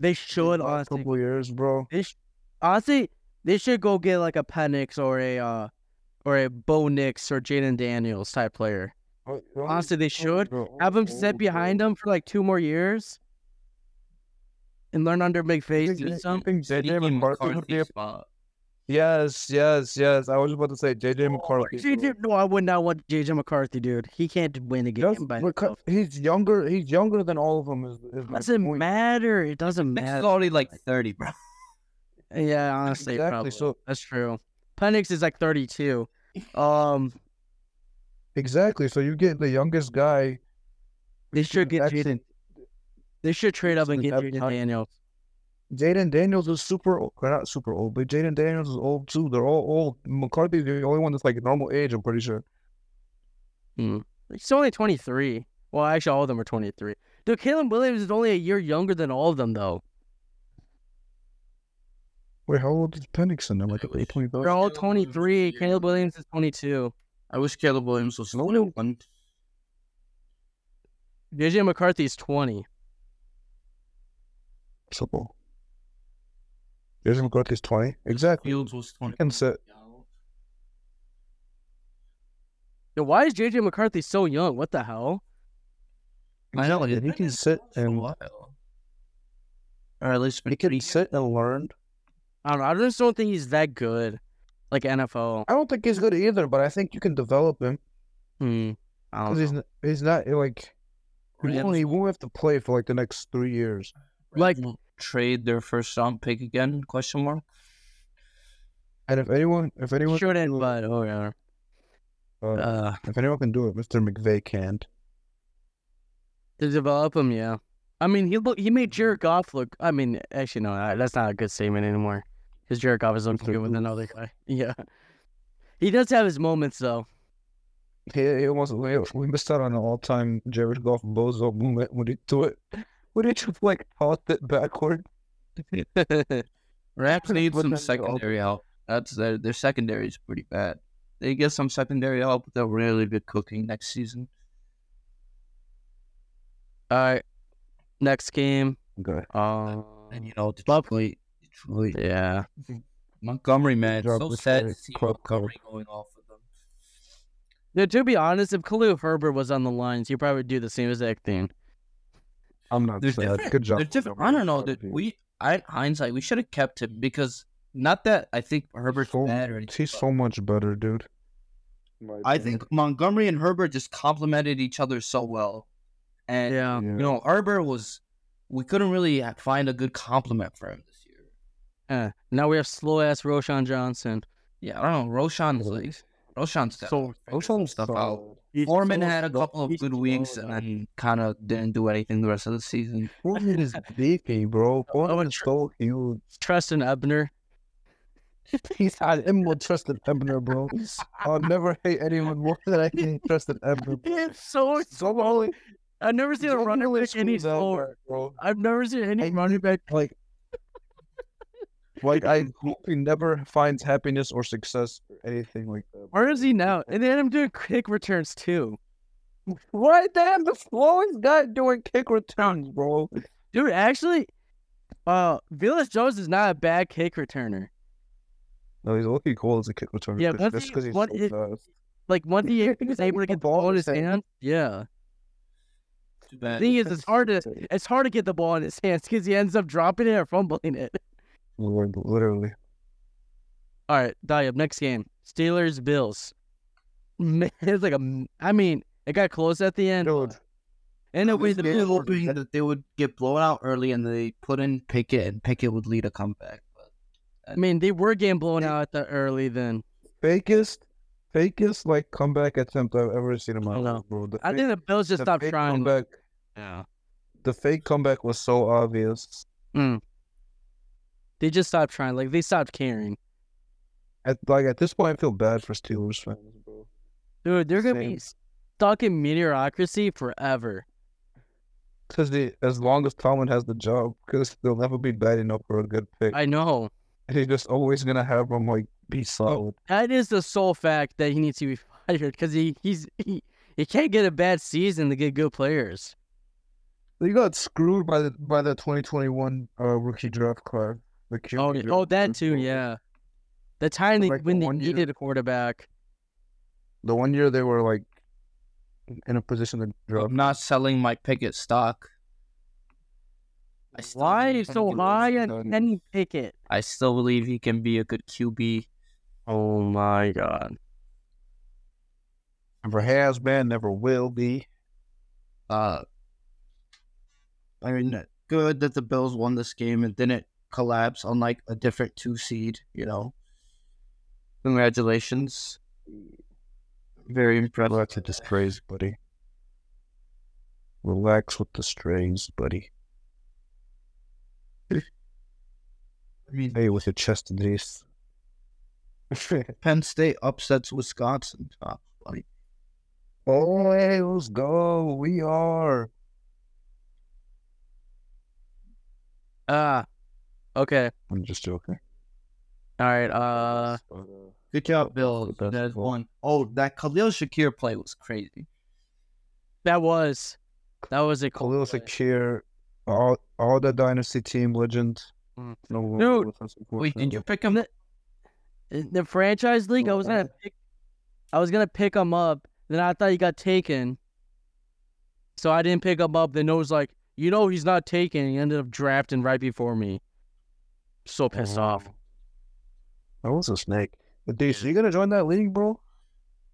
S4: They
S1: in
S4: should
S1: the last
S4: honestly.
S1: couple years, bro.
S4: They sh- honestly, they should go get like a Penix or a uh, or a Bo Nix or Jaden Daniels type player. Honestly, they should Have him sit
S1: Oh,
S4: behind him for like two more years, and learn under McVay's
S1: Think-
S4: system.
S1: think JJ
S2: Steve
S1: McCarthy would be a
S2: McCarthy's spot.
S1: Yes, yes, yes. I was about to say JJ McCarthy.
S4: JJ, no, I would not want JJ McCarthy, dude. He can't win a game
S1: Yes,
S4: by
S1: McCar-
S4: himself.
S1: he's younger. He's younger than all of them. Is, is my
S4: Doesn't
S1: point.
S4: matter. It doesn't
S2: This is
S4: matter.
S2: already like thirty, bro.
S4: Yeah, honestly,
S1: exactly.
S4: probably.
S1: So
S4: That's true. Penix is like 32. Um,
S1: exactly. So you get the youngest guy.
S4: they should get
S1: Actually,
S4: Jaden. They should trade up and
S1: Actually,
S4: get
S1: that-
S4: Jaden Daniels.
S1: Jaden Daniels is super. o- Or not super old, but Jaden Daniels is old too. They're all old. McCarthy's the only one that's like normal age. I'm pretty sure.
S4: He's only 23. Well, actually, all of them are 23. Dude, Caleb Williams is only a year younger than all of them, though.
S1: Wait, how old is Penix? And they're like
S2: I wish-
S1: 25.
S4: They're all
S2: Caleb Williams is
S4: 23.
S2: a year
S4: Caleb
S2: younger.
S4: Williams is 22.
S2: I wish Caleb Williams was
S1: No, no.
S2: one.
S4: JJ McCarthy is 20.
S1: Possible. Jason McCarthy's 20. Exactly.
S2: Fields was twenty.
S1: Can sit.
S4: Yo, why is JJ McCarthy so young? What the hell?
S2: I know,
S1: Exactly.
S2: it-
S1: he can sit and
S2: Wow. Or at least
S1: he can sit and learn.
S4: I don't know. I just don't think he's that good. Like NFL.
S1: I don't think he's good either, but I think you can develop him
S4: Hmm. I don't
S1: because
S4: know.
S1: he's not, he's not eh, like he
S2: Rams-
S1: won't, he won't have to play for like the next three years.
S4: like-
S2: will trade their first round pick again? Question mark.
S1: And if anyone, if anyone,
S4: Shouldn't, but oh yeah.
S1: uh,
S4: Uh,
S1: if anyone can do it, Mister McVay can't.
S4: to develop him, yeah. I mean, he look he made Jared Goff look. I mean, actually, no, I- that's not a good statement anymore. Because Jared Goff is
S2: <laughs>
S4: looking good with another guy. <laughs> Yeah, he does have his moments though.
S1: He, he almost we, we missed out on an all-time Jared Goff bozo moment when he threw it. When he just like tossed it
S2: <laughs>
S1: backward.
S2: Rams need
S1: Put
S2: some
S1: them all-
S2: secondary help. That's their their secondary is pretty bad. They get some secondary help. They'll really be cooking next season.
S4: All right, next game.
S1: Okay.
S4: Um,
S2: And you know, Detroit,
S4: Lovely.
S2: Detroit,
S4: yeah.
S2: Montgomery, man, it's
S1: Drop
S2: so
S1: this
S2: sad to
S1: guy,
S2: see
S1: crop
S2: Montgomery going off with them.
S4: Yeah, to be honest, if Khalil Herbert was on the Lions, he'd probably do the same exact thing.
S1: I'm not
S2: They're
S1: sad.
S2: different.
S1: Good job.
S2: They're different. I
S1: Montgomery.
S2: don't know. That we, I hindsight, we should have kept him because not that I think Herbert's
S1: so-
S2: bad or anything.
S1: He's
S2: but
S1: so much better, dude.
S2: I think Montgomery and Herbert just complemented each other so well, and
S4: Yeah,
S1: Yeah.
S2: uh, you know, Herbert was. We couldn't really find a good compliment for him this year.
S4: Eh, now we have slow ass Roshan Johnson.
S2: Yeah, I don't know. Roshan's like Roshan's got
S4: So-
S2: Roshan's stuff out. Foreman had a couple of good weeks and then kind of didn't do anything the rest of the season.
S1: Foreman
S2: <laughs>
S1: is beefy,
S2: Oh,
S1: bro. Foreman
S4: and
S1: is so huge.
S4: Tristan Ebner. <laughs>
S1: He's I am more trusted Ebner, bro. I'll never hate anyone more than I hate trusted
S4: <laughs>
S1: Ebner. bro.
S4: so
S1: So only
S4: I've never seen a running
S1: genuinely
S4: back any
S1: screws Elmer,
S4: slower.
S1: bro.
S4: I've never seen any
S1: Hey,
S4: running back.
S1: Like, like I hope he never finds happiness or success or anything like that.
S4: <laughs> Where is he now? And then I'm doing kick returns too.
S1: Why damn the slowest guy doing kick returns, bro?
S4: Dude, actually, uh, Vilas Jones is not a bad kick returner.
S1: No, he's looking cool as a kick returner.
S4: Yeah,
S1: but
S4: once
S1: that's
S4: he-
S1: because he's
S4: what
S1: so
S4: if-
S1: fast.
S4: Like once he is able to get the ball in his
S1: Same.
S4: hand, yeah.
S2: Too bad. <laughs>
S4: The thing is, it's hard to it's hard to get the ball in his hands because he ends up dropping it or fumbling it.
S1: <laughs> Lord, literally.
S4: All right, Dayab, next game, Steelers Bills. Man, it's like a, m- <laughs> I mean, it got close at the end.
S1: Dude,
S4: And
S2: I
S4: it
S2: was
S4: was the
S2: really
S4: Bills.
S2: hoping that they would get blown out early and they put in Pickett and Pickett would lead a comeback. But
S4: I mean, they were getting blown out at the early then.
S1: fakest, fakest like comeback attempt I've ever seen in my
S4: I know.
S1: life, bro. The
S4: I think the Bills just
S1: the
S4: stopped
S1: fake
S4: trying.
S1: Comeback,
S4: Yeah.
S1: the fake comeback was so obvious.
S4: They just stopped trying. Like they stopped caring.
S1: At like at this point, I feel bad for Steelers fans, bro.
S4: Dude, they're gonna be
S1: Same.
S4: stuck in mediocrity forever.
S1: Because as long as Tomlin has the job, because they'll never be bad enough for a good pick.
S4: I know.
S1: And he's just always gonna have them like be solid.
S4: That is the sole fact that he needs to be <laughs> fired because he he's he, he can't get a bad season to get good players.
S1: They got screwed by the by the 2021 uh, rookie draft class. The QB
S4: Oh, yeah.
S1: draft
S4: oh, that
S1: class,
S4: too.
S1: bro.
S4: Yeah, the time they,
S1: Like,
S4: when they
S1: one year-
S4: needed a quarterback.
S1: The one year they were like in a position to draft.
S2: I'm not selling my Pickett stock. I still
S4: Why
S2: believe
S4: is
S2: he
S4: so
S2: can-
S4: high
S1: done.
S4: on Kenny Pickett?
S2: I still believe he can be a good QB.
S4: Oh my God!
S1: Never has been, never will be.
S2: Uh, I mean, uh, good that the Bills won this game and didn't collapse, unlike a different two seed. You know, congratulations. Very impressive.
S1: Relax with the strays, buddy. Relax with the strays, buddy.
S2: I mean,
S1: Hey, with your chest in <laughs> this.
S2: Penn State upsets Wisconsin. Uh,
S1: oh, hey, let's go. We are.
S4: Ah, okay.
S1: I'm just joking.
S4: All right. Uh,
S2: good job, Bill.
S1: That's
S2: That
S1: cool.
S2: one. Oh, that Khalil Shakir play was crazy.
S4: that was that was a cool.
S1: Khalil Shakir, all, all the dynasty team legend.
S4: Mm.
S1: No one
S4: Dude.
S1: with us,
S2: Wait, did you
S1: unfortunately.
S2: pick him?
S4: in the franchise league, I was gonna pick, I was gonna pick him up, Then I thought he got taken. So I didn't pick him up. Then Noah's like, you know, he's not taken. He ended up drafting right before me. So pissed
S1: Oh.
S4: off.
S1: I was a snake. But dude, so you gonna join that league, bro?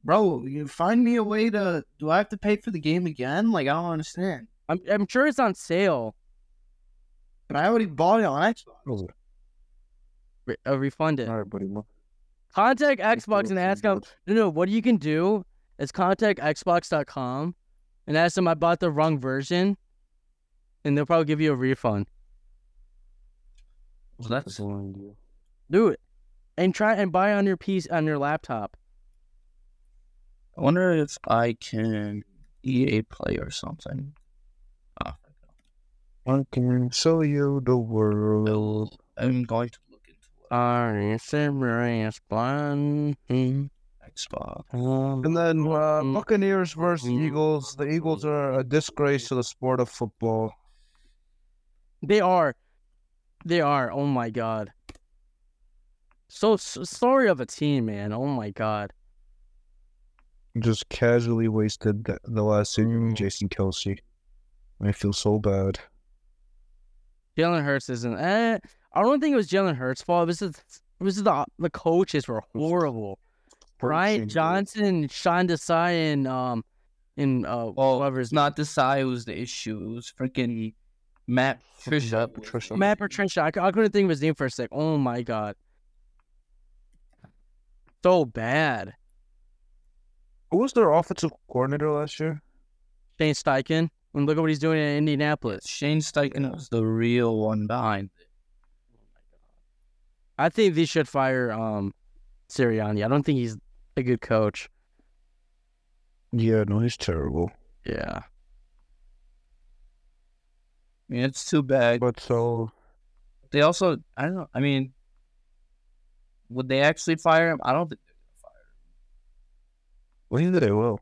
S2: Bro, you find me a way to. Do I have to pay for the game again? Like, I don't understand.
S4: I'm, I'm sure it's on sale.
S2: But I already bought it on Xbox.
S4: Re- uh, refund it.
S1: All right, buddy. man.
S4: Contact
S1: Let's do
S4: Xbox
S1: it
S4: and
S1: for you,
S4: ask them.
S1: bud.
S4: No, no. What you can do is contact Xbox.com and ask them I bought the wrong version, and they'll probably give you a refund.
S2: Well, that's
S4: Do it, and try and buy on your piece on your laptop.
S2: I wonder if I can EA play or something. Ah,
S1: I can show you the world.
S2: I'm going to look into it.
S4: Are you serious, Brian?
S1: Hmm.
S2: Xbox.
S1: And then uh,
S4: Um, Mm.
S1: Buccaneers versus
S4: Mm.
S1: Eagles. The Eagles are a disgrace to the sport of football.
S4: They are, they are. Oh my god. So s- sorry of a team, man. Oh my god.
S1: Just casually wasted the, the last season with
S4: Mm.
S1: Jason Kelsey. I feel so bad.
S4: Jalen Hurts isn't. Eh, I don't think it was Jalen Hurts' fault. This is this is the the coaches were horrible. Brian Johnson, Sean Desai, and um, and uh,
S2: Well,
S4: whoever's
S2: It's not Desai was the issue. It was freaking Matt Patricia.
S1: Patricia.
S4: Matt Patricia. I, cou- I couldn't think of his name for a sec. Oh my god, so bad.
S1: Who was their offensive coordinator last year?
S4: Shane Steichen, and look at what he's doing in Indianapolis.
S2: Shane Steichen was the real one behind it.
S4: I think they should fire um, Sirianni. I don't think he's a good coach.
S1: Yeah, no, he's terrible.
S4: Yeah,
S2: I mean, it's too bad.
S1: But so
S2: They also, I don't know. I mean, would they actually fire him? I don't think.
S1: Well, either they will.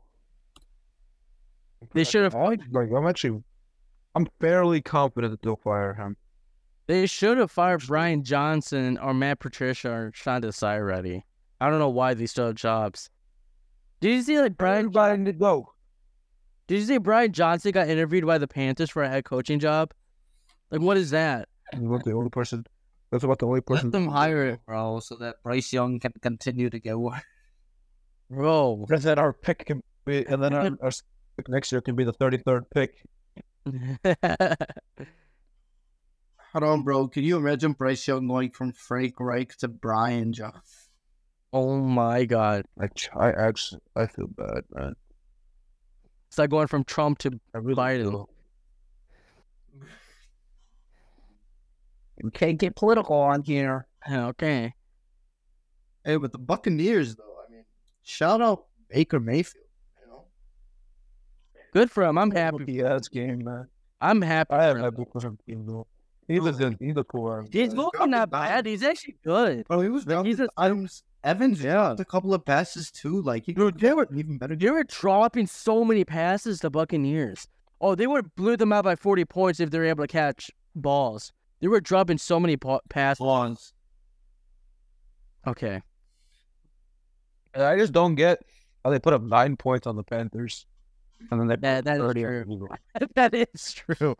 S4: They should've-
S1: I, like I'm actually, I'm fairly confident that they'll fire him.
S4: they should have fired Brian Johnson or Matt Patricia or Sean Desai already. I don't know why they still have jobs. Did you see like Brian?
S1: did go.
S4: Did you say Brian Johnson got interviewed by the Panthers for a head coaching job? Like, what is that?
S1: That's about the only person. That's about the only person.
S2: Let them hire it, bro, so that Bryce Young can continue to get <laughs> work.
S4: Bro. <laughs>
S1: And then our pick can be, and then our, our s- pick next year can be the 33rd pick.
S2: Hold on, bro. Can you imagine Bryce Young going from Frank Reich to Brian Johnson?
S4: oh my God.
S1: I, ch- I actually, I feel bad, man.
S4: It's like going from Trump to
S1: I really
S4: Biden.
S1: do.
S2: You can't get political on here.
S4: okay.
S2: Hey, but the Buccaneers, though, I mean, shout out Baker Mayfield. You know,
S4: Good for him. I'm
S1: Look,
S4: happy.
S1: He has game, man.
S4: I'm happy.
S1: I have
S4: for
S1: my
S4: him.
S1: book for him, though. He was in, he's a cool one.
S4: He's looking not bad. He's actually good.
S2: bro, he was down
S4: He's
S2: to
S4: a-
S2: Adams Evans. Yeah, a couple of passes too. Like he dude, they were even better.
S4: They were dropping so many passes to Buccaneers. Oh, they would have blew them out by 40 points if they were able to catch balls. They were dropping so many pa- passes.
S2: Lawns.
S4: Okay.
S1: And I just don't get how they put up nine points on the Panthers, and then they
S4: That, that is
S1: 30
S4: true. <laughs>
S1: on the Eagles.
S4: that is true.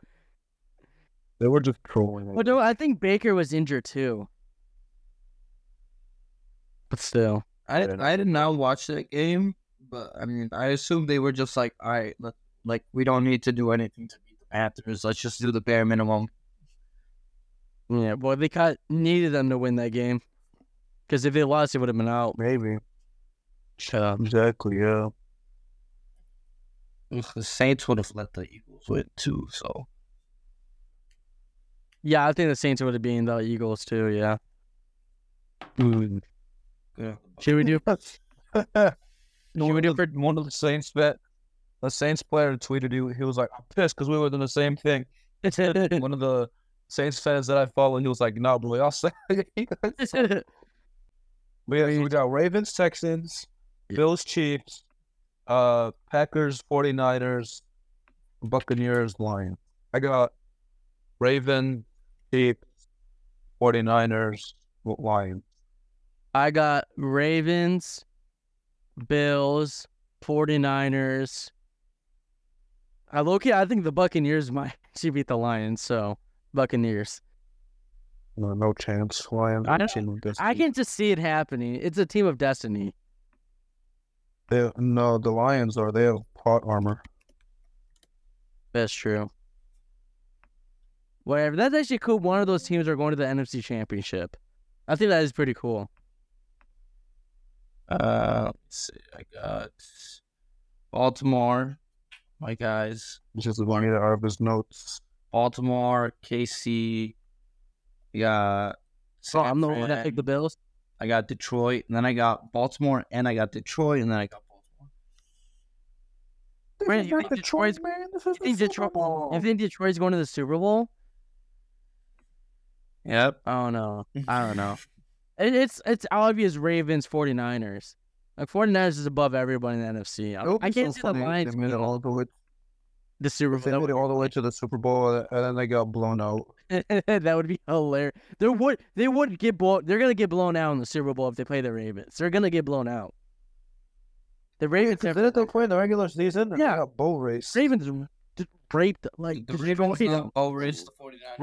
S1: They were just trolling. I
S4: But no, I think Baker was injured too. But still,
S2: I
S1: don't know.
S2: I did not watch that game, but I mean, I assume they were just like, all right, let, like we don't need to do anything to beat the Panthers. Let's just do the bare minimum.
S4: yeah. Well, they caught, needed them to win that game because if they lost, it would have been out.
S1: Maybe.
S4: Shut
S1: um,
S4: up.
S1: Exactly, yeah.
S2: Ugh, The Saints would have let the Eagles win too. So
S4: Yeah, I think the Saints would have been the Eagles too. Yeah.
S1: Hmm.
S2: yeah.
S4: Should we do?
S1: Should we do for one of the Saints bet? The Saints player tweeted you. He was like, "I'm pissed because we were doing the same thing." One of the Saints fans that I follow, he was like, "No, bro, y'all say." <laughs> but
S4: <laughs>
S1: yeah, so we got Ravens, Texans, Bills, Chiefs, uh, Packers, 49ers, Buccaneers, Lions. I got Raven, Chiefs, 49ers, Lions.
S4: I got Ravens, Bills, 49ers. I look I think the Buccaneers <laughs> might actually beat the Lions, so Buccaneers.
S1: No, no chance. Lions.
S4: I
S1: are
S4: know.
S1: team of
S4: I
S1: destiny.
S4: can just see it happening. It's a team of destiny.
S1: They- no, the Lions are. They have plot armor.
S4: That's true. Whatever. That's actually cool. One of those teams are going to the NFC Championship. I think that is pretty cool.
S2: Uh, let's see. I got Baltimore. My guys.
S1: Which is funny that out of his notes.
S2: Baltimore, KC. Yeah.
S4: So I'm the one that picked the Bills.
S2: I got Detroit, and then I got Baltimore, and I got Detroit, and then I got Baltimore.
S4: Brandon, you think Detroit's,
S3: man. This is
S4: you think Detroit, you think Detroit's going to the Super Bowl?
S2: Yep.
S4: I don't know. I
S1: <laughs>
S4: don't know. It, it's it's obvious Ravens 49ers. Like 49ers is above everybody in the NFC. I, I can't see the Lions
S1: They made it
S4: being
S1: all the way.
S4: the Super
S1: They
S4: Bowl.
S1: made it all the way to the Super Bowl, and then they got blown out.
S4: <laughs> that would be hilarious. There would they would get blown. They're gonna get blown out in the Super Bowl if they play the Ravens. They're gonna get blown out. The Ravens have
S1: Didn't they play in the regular season?
S4: Yeah.
S1: They got bowl race.
S4: Ravens r- d- raped like
S2: The Ravens
S4: destroyed
S2: not all raised the 49ers.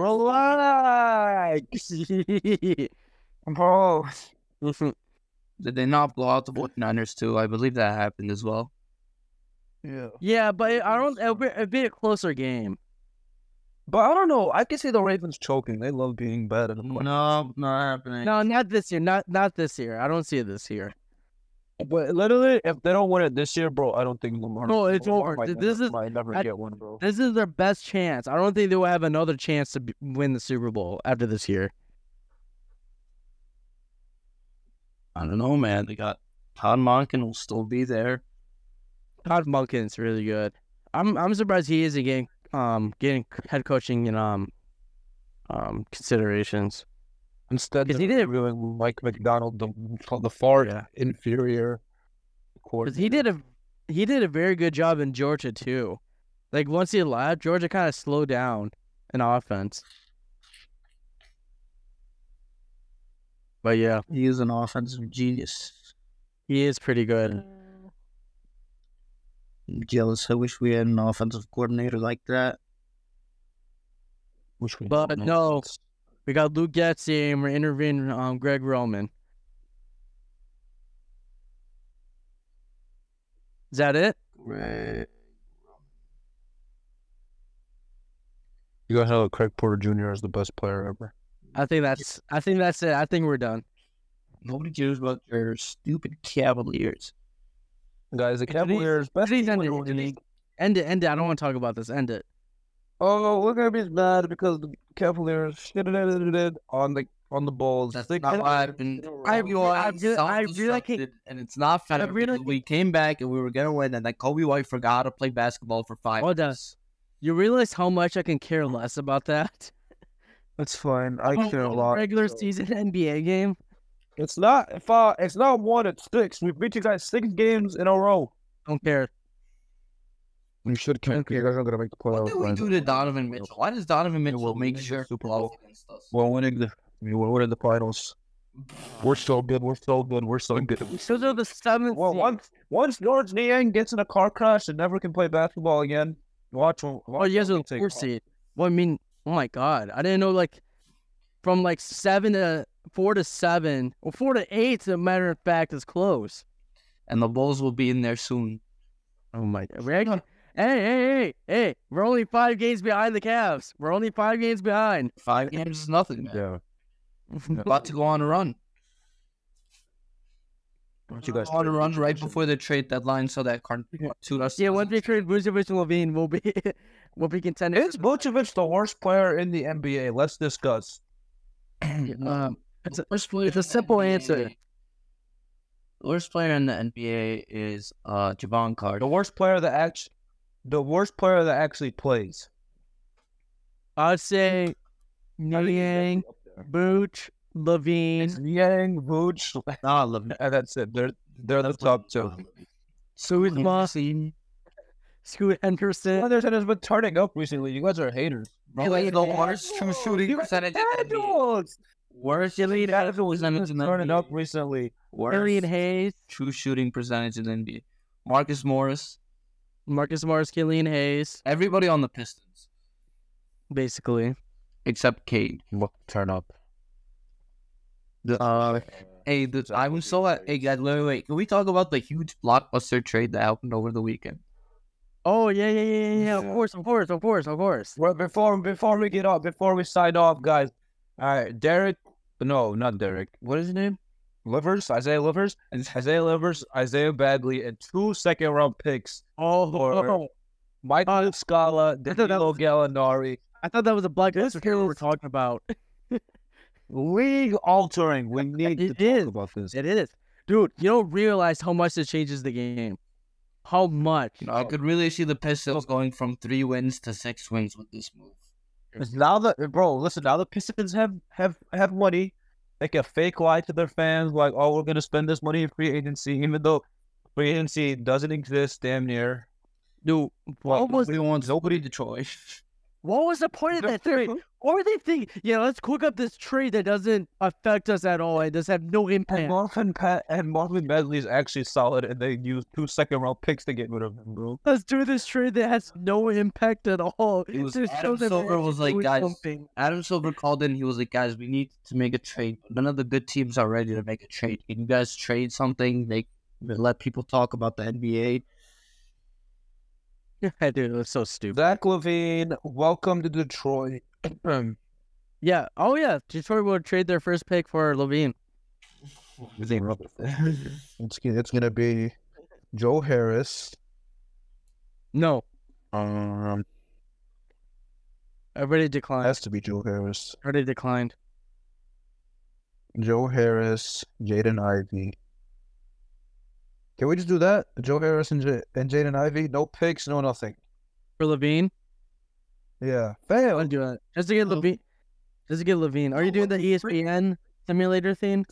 S1: Relax,
S4: them.
S1: bro.
S2: Did they not blow out the 49ers too? I believe that happened as well.
S1: <laughs> Yeah.
S4: <laughs> yeah, but it, I don't. It'll be, it'd be a closer game.
S1: But I don't know. I can see the Ravens choking. They love being bad. in the play-
S2: No, not happening.
S4: No, not this year. Not not this year. I don't see it this year.
S1: But literally, if they don't win it this year, bro, I don't think Lamar.
S4: No, it's over.
S1: might
S4: Th-
S1: never-
S4: this is-
S1: might never
S4: I-
S1: get one, bro.
S4: This is their best chance. I don't think they will have another chance to b- win the Super Bowl after this year.
S2: I don't know, man. They got Todd Monken will still be there.
S4: Todd Munkin's really good. I'm I'm surprised he isn't getting um getting c- head coaching and um um considerations.
S1: Instead,
S4: 'Cause he
S1: they're
S4: did-
S1: reviewing Mike McDonald, the the far
S4: Yeah.
S1: inferior
S4: Because
S1: coordinator.
S4: he did a he did a very good job in Georgia too. Like once he left, Georgia kind of slowed down in offense. But yeah,
S2: He is an offensive genius.
S4: he is pretty good.
S2: I'm jealous. I wish we had an offensive coordinator like that.
S1: Which we
S4: But
S1: don't know.
S4: no, we got Luke Getze and we're interviewing um, Greg Roman. Is that it?
S2: Right.
S1: you got hell. Craig Porter Jr. is the best player ever.
S4: I think that's I think that's it. I think we're done.
S2: Nobody cares about your stupid Cavaliers.
S1: Guys, the
S4: Anthony-
S1: Cavaliers best
S4: Please
S1: team in
S4: end
S1: the
S4: it.
S1: league.
S4: Anthony. End it. End it. I don't want to talk about this. End it.
S1: Oh, we're gonna be mad because the Cavaliers on the on the Bulls.
S2: That's
S1: They-
S2: not what happened.
S4: I- I really- I really can't-
S2: Self-destructed, and it's not fair.
S4: I really
S2: because
S4: can't-
S2: we came back and we were gonna win, and then Kobe White forgot how to play basketball for five.
S4: Well done.
S2: minutes.
S4: You realize how much I can care less about that.
S1: It's fine. I care a
S4: Oh,
S1: lot.
S4: Regular
S1: so-
S4: season NBA game.
S1: It's not if uh, it's not one. It's six. We've beat you guys six games in a row.
S4: Don't care.
S1: You should count.
S4: Okay.
S1: You guys aren't gonna make the
S2: What
S1: playoffs.
S2: did we
S1: right?
S2: do to Donovan Mitchell? Why does Donovan Mitchell
S1: will
S2: make
S1: make
S2: sure
S1: Super
S2: to bluff
S1: Bowl.
S2: against us?
S1: We're winning the. We were winning the finals. We're so good. We're so good. We're so
S2: <laughs>
S1: good.
S4: Those are the seventh.
S1: Well,
S4: seed.
S1: once once George Niang gets in a car crash and never can play basketball again, watch him.
S4: Oh, you guys are the
S1: take
S4: fourth
S1: off.
S4: seed. Well, I mean, oh my god, I didn't know like from like seven to four to seven or four to eight. As a matter of fact, is close.
S2: And the Bulls will be in there soon.
S4: Oh my god. We're actually- Hey, hey, hey, hey! We're only five games behind the Cavs. We're only five games behind.
S2: Five games is nothing, man.
S1: Yeah.
S2: About to go on a run.
S1: Don't you guys
S2: on a
S1: trade
S2: run right
S1: Vucevic?
S2: before the trade deadline, so that Carn to us.
S4: yeah, once we trade Vucevic and Levine, we'll be <laughs> we'll be contenders.
S1: Is Vucevic the worst player in the NBA? Let's discuss.
S4: <clears throat> Um, it's a-
S2: worst player
S4: it's a
S2: in uh, the
S4: simple
S2: NBA.
S4: answer.
S2: The worst player in the NBA is uh, Javon Carter.
S1: The worst player that act, the worst player that actually plays.
S4: I'd say Niang, Booch, Levine.
S1: It's Niang, Vuce,
S2: <laughs> Nah, Levine.
S1: and that's it. They're they're the top two.
S4: Kuzma,
S2: Levine.
S4: Scoot Henderson.
S1: Anderson has been turning up recently. You guys are haters.
S2: Bro, he's the worst true shooting percentage in the NBA. Worst elite
S1: Anderson was
S2: percentage in the
S1: turning
S2: NBA.
S1: up recently.
S2: Worst
S4: Arian Hayes.
S2: true shooting percentage in the NBA. Marcus Morris,
S4: Marcus Morris, Killian Hayes,
S2: everybody on the Pistons
S4: basically.
S2: except Cade.
S1: Look, turn up.
S4: Uh,
S2: Hey, the, I was so at. Hey, guys, wait, wait, wait. Can we talk about the huge blockbuster trade that happened over the weekend?
S4: oh yeah, yeah, yeah, yeah, yeah. Of
S6: Yeah.
S4: course, of course, of course, of course.
S6: Well, before before we get off, before we sign off, guys. All right, Derek. No, not Derek. What is his name? Livers, Isaiah Livers, Isaiah Livers, Isaiah Bagley, and two second round picks.
S4: Oh,
S6: Or- Michael
S4: Uh,
S6: Scala,
S4: I thought that
S6: Danilo
S4: was-
S6: Gallinari,
S4: I thought that was a black
S6: This
S4: Lister we were
S6: is-
S4: talking about.
S6: league altering. We need to
S4: It
S6: talk
S4: is.
S6: about this.
S4: It is, dude. You don't realize how much it changes the game. How much?
S2: You know, I could really see the Pistons going from three wins to six wins with this move.
S6: Now that bro, listen. Now the Pistons have have have money. They can fake lie to their fans like, "Oh, we're gonna spend this money in free agency," even though free agency doesn't exist damn near.
S4: Dude, what was
S2: nobody wants nobody Detroit.
S4: what was the point of that <laughs> trade? Or they think, yeah, let's cook up this trade that doesn't affect us at all and does have no
S6: And
S4: impact.
S6: Marvin Pat and Marvin Medley is actually solid, and they used two second round picks to get rid of him, bro.
S4: Let's do this trade that has no impact at all.
S2: <laughs> It was
S4: Just show
S2: Adam
S4: them
S2: Silver
S4: we're
S2: was like,
S4: doing
S2: guys,
S4: something." <laughs>
S2: Adam Silver called in. He was like, guys, we need to make a trade. None of the good teams are ready to make a trade. Can you guys trade something? They let people talk about the NBA.
S4: Yeah, dude, that's so stupid.
S6: Zach Levine, welcome to Detroit. <clears throat>
S4: Yeah. Oh yeah. Detroit will trade their first pick for Levine.
S2: <laughs>
S1: It's gonna, it's gonna be Joe Harris.
S4: No,
S1: Um,
S4: already declined.
S1: has to be Joe Harris.
S4: Already declined.
S1: Joe Harris, Jaden Ivey. Can we just do that? Joe Harris and, J- and Jaden Ivey. No picks, no nothing.
S4: For Levine,
S1: Yeah,
S4: I'll
S1: fail.
S4: do it just to
S1: Oh.
S4: get Levine. Just to get Levine. Are you doing the E ESPN simulator thing?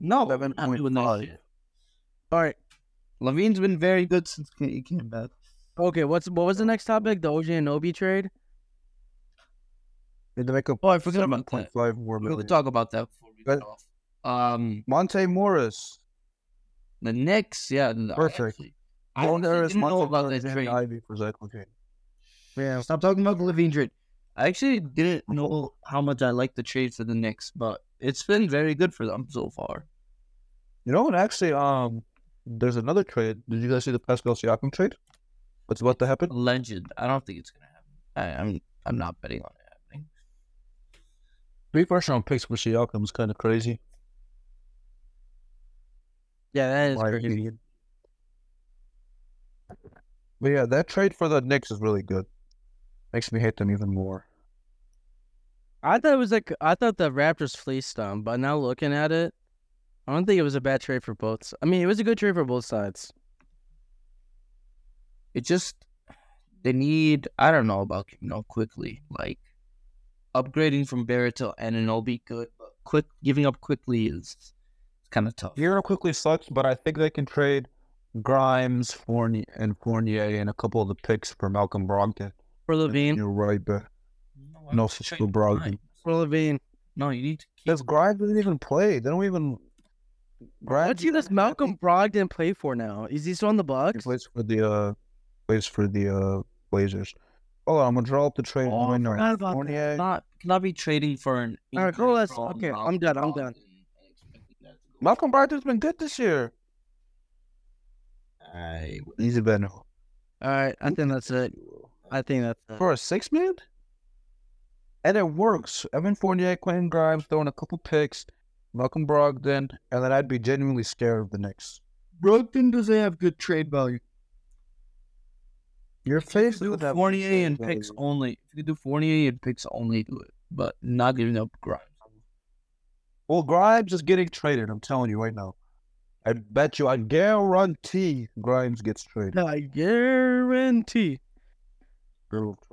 S2: No,
S1: Seven
S2: I'm
S1: point
S2: doing that
S1: five.
S2: shit.
S4: All right.
S2: Levine's been very good since he came back.
S4: Okay. What's what was the next topic? The OJ and Obi trade.
S1: Need to make a
S2: Oh, I forgot about that.
S1: five more
S2: We'll
S1: million.
S2: talk about that before we
S1: But-
S2: get off. Um,
S1: Monte Morris.
S2: the Knicks, yeah, no, I
S1: Perfect.
S2: actually- I
S1: Joe
S2: honestly
S1: Harris,
S2: didn't know
S1: Monte
S2: about
S1: Morris,
S2: that
S1: Jaden
S2: trade.
S1: Ivey for Zach Levine.
S4: Yeah.
S2: Stop talking about the Levine trade. I actually didn't know how much I liked the trade for the Knicks, but it's been very good for them so far.
S1: You know, and actually, um, there's another trade. Did you guys see the Pascal Siakam trade? What's about to happen?
S2: Legend. I don't think it's gonna happen. I, I'm I'm not betting on it happening.
S1: Three first round picks for Siakam is kind of crazy.
S4: Yeah. That is
S1: my
S4: crazy.
S1: opinion. But yeah, that trade for the Knicks is really good. Makes me hate them even more.
S4: I thought it was like I thought the Raptors fleeced them, but now looking at it, I don't think it was a bad trade for both. s- I mean, it was a good trade for both sides.
S2: It just they need I don't know about you know quickly like upgrading from Barrett to Ananobi good, but quick giving up quickly is it's kind of tough.
S6: Hero quickly sucks, but I think they can trade Grimes, Fournier, and Fournier, and a couple of the picks for Malcolm Brogdon.
S4: For Levine,
S1: You're right, but
S2: I
S1: No,
S2: would
S1: for
S2: trade
S1: Brogdon.
S2: Grimes.
S4: for Levine.
S2: No, you need to keep
S1: Because Grimes doesn't even play. They don't even. Grimes.
S4: What team does Malcolm Brogdon play for now? Is he still on the
S1: He
S4: Bucks?
S1: plays for the uh, plays for the uh Blazers. Hold on, I'm gonna draw up the trade
S2: Oh, I
S1: right
S4: forgot
S1: now.
S4: about that.
S1: Fournier.
S2: not cannot be trading for an.
S4: All right, go
S2: injury
S4: let's-
S2: from
S4: okay,
S2: Malcolm
S4: I'm done, I'm done.
S2: Brogdon and expecting that to go-
S1: Malcolm Brogdon's been good this year.
S2: I would-
S1: Easy, Ben.
S4: All right, I think that's it. I think that's it.
S1: for a six man, and it works. Evan Fournier, Quentin Grimes throwing a couple picks, Malcolm Brogdon, and then I'd be genuinely scared of the Knicks.
S2: Brogdon does they have good trade value?
S1: Your face
S2: Do Fournier and picks only. If you do Fournier and picks only, do it. But not giving up Grimes.
S1: Well, Grimes is getting traded. I'm telling you right now. I bet you. I guarantee Grimes gets traded.
S4: I guarantee.
S2: If the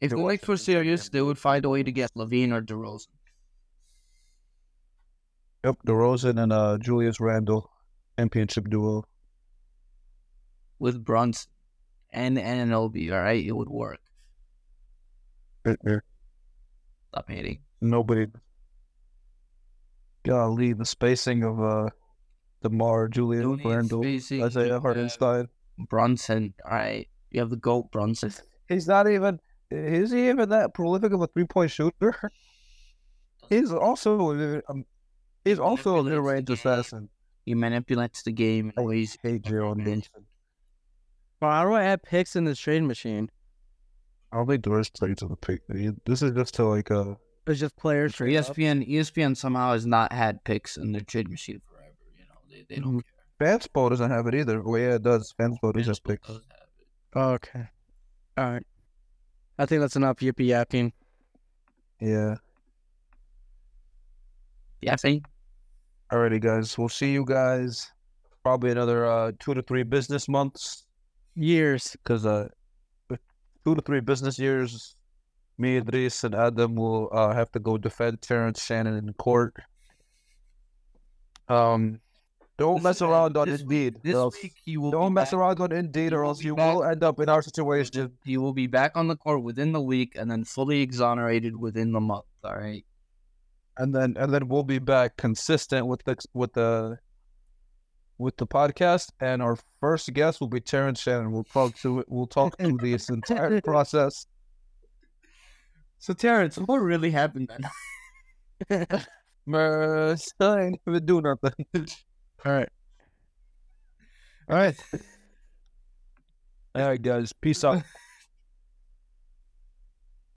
S1: There
S2: Knicks were serious, they would find a way to get Levine or DeRozan.
S1: Yep, DeRozan and uh, Julius Randle, championship duo.
S2: with Brunson and Ananobi, all right? It would work. Stop hating.
S1: Nobody. Golly, the spacing of uh, DeMar, Julian
S2: Dooney,
S1: Randle,
S2: Spacey,
S1: Isaiah
S2: uh,
S1: Hardenstein.
S2: Brunson. All right. You have the GOAT Brunson.
S1: He's not even. Is he even that prolific of a three point shooter? He's also. Um, he's also a mid
S2: Manipulates
S1: range
S2: the game.
S1: assassin.
S2: He manipulates the game in ways
S1: Hey, Gerald
S2: Okay.
S1: Wilson.
S4: Bro, how do I add picks in this trade machine?
S1: I don't think Doris played to the pick. This is just to like uh
S4: It's just players
S2: So
S4: trade up.
S2: ESPN, ESPN somehow has not had picks in their trade machine forever. You know, they, they don't care.
S1: Fanspo doesn't have it either. Well, yeah, it does. Fanspo does have
S2: Vanderbilt
S1: picks.
S2: does have it.
S4: okay. All right. I think that's enough yippee yapping.
S1: Yeah.
S2: Yeah, I think
S1: Alrighty, guys. We'll see you guys probably another uh two to three business months
S4: Years.
S1: because uh two to three business years. Me, Idris, and Adam will uh, have to go defend Terrence Shannon in court. Um, don't
S2: This
S1: mess
S2: is-
S1: around on
S2: this-
S1: Indeed.
S2: this
S1: else-
S2: week he will
S1: don't
S2: be
S1: mess
S2: back.
S1: around on Indeed,
S2: He
S1: or
S2: will
S1: else
S2: be
S1: you
S2: back.
S1: will end up in our situation.
S2: He will be back on the court within the week and then fully exonerated within the month. All right.
S1: and then and then we'll be back consistent with the with the with the podcast and our first guest will be Terrence Shannon. We'll talk to we'll talk through this
S2: <laughs>
S1: entire process.
S2: So Terrence, what really happened then? <laughs>
S1: Mer, I ain't even do nothing.
S4: All right.
S1: All right, guys. Peace out.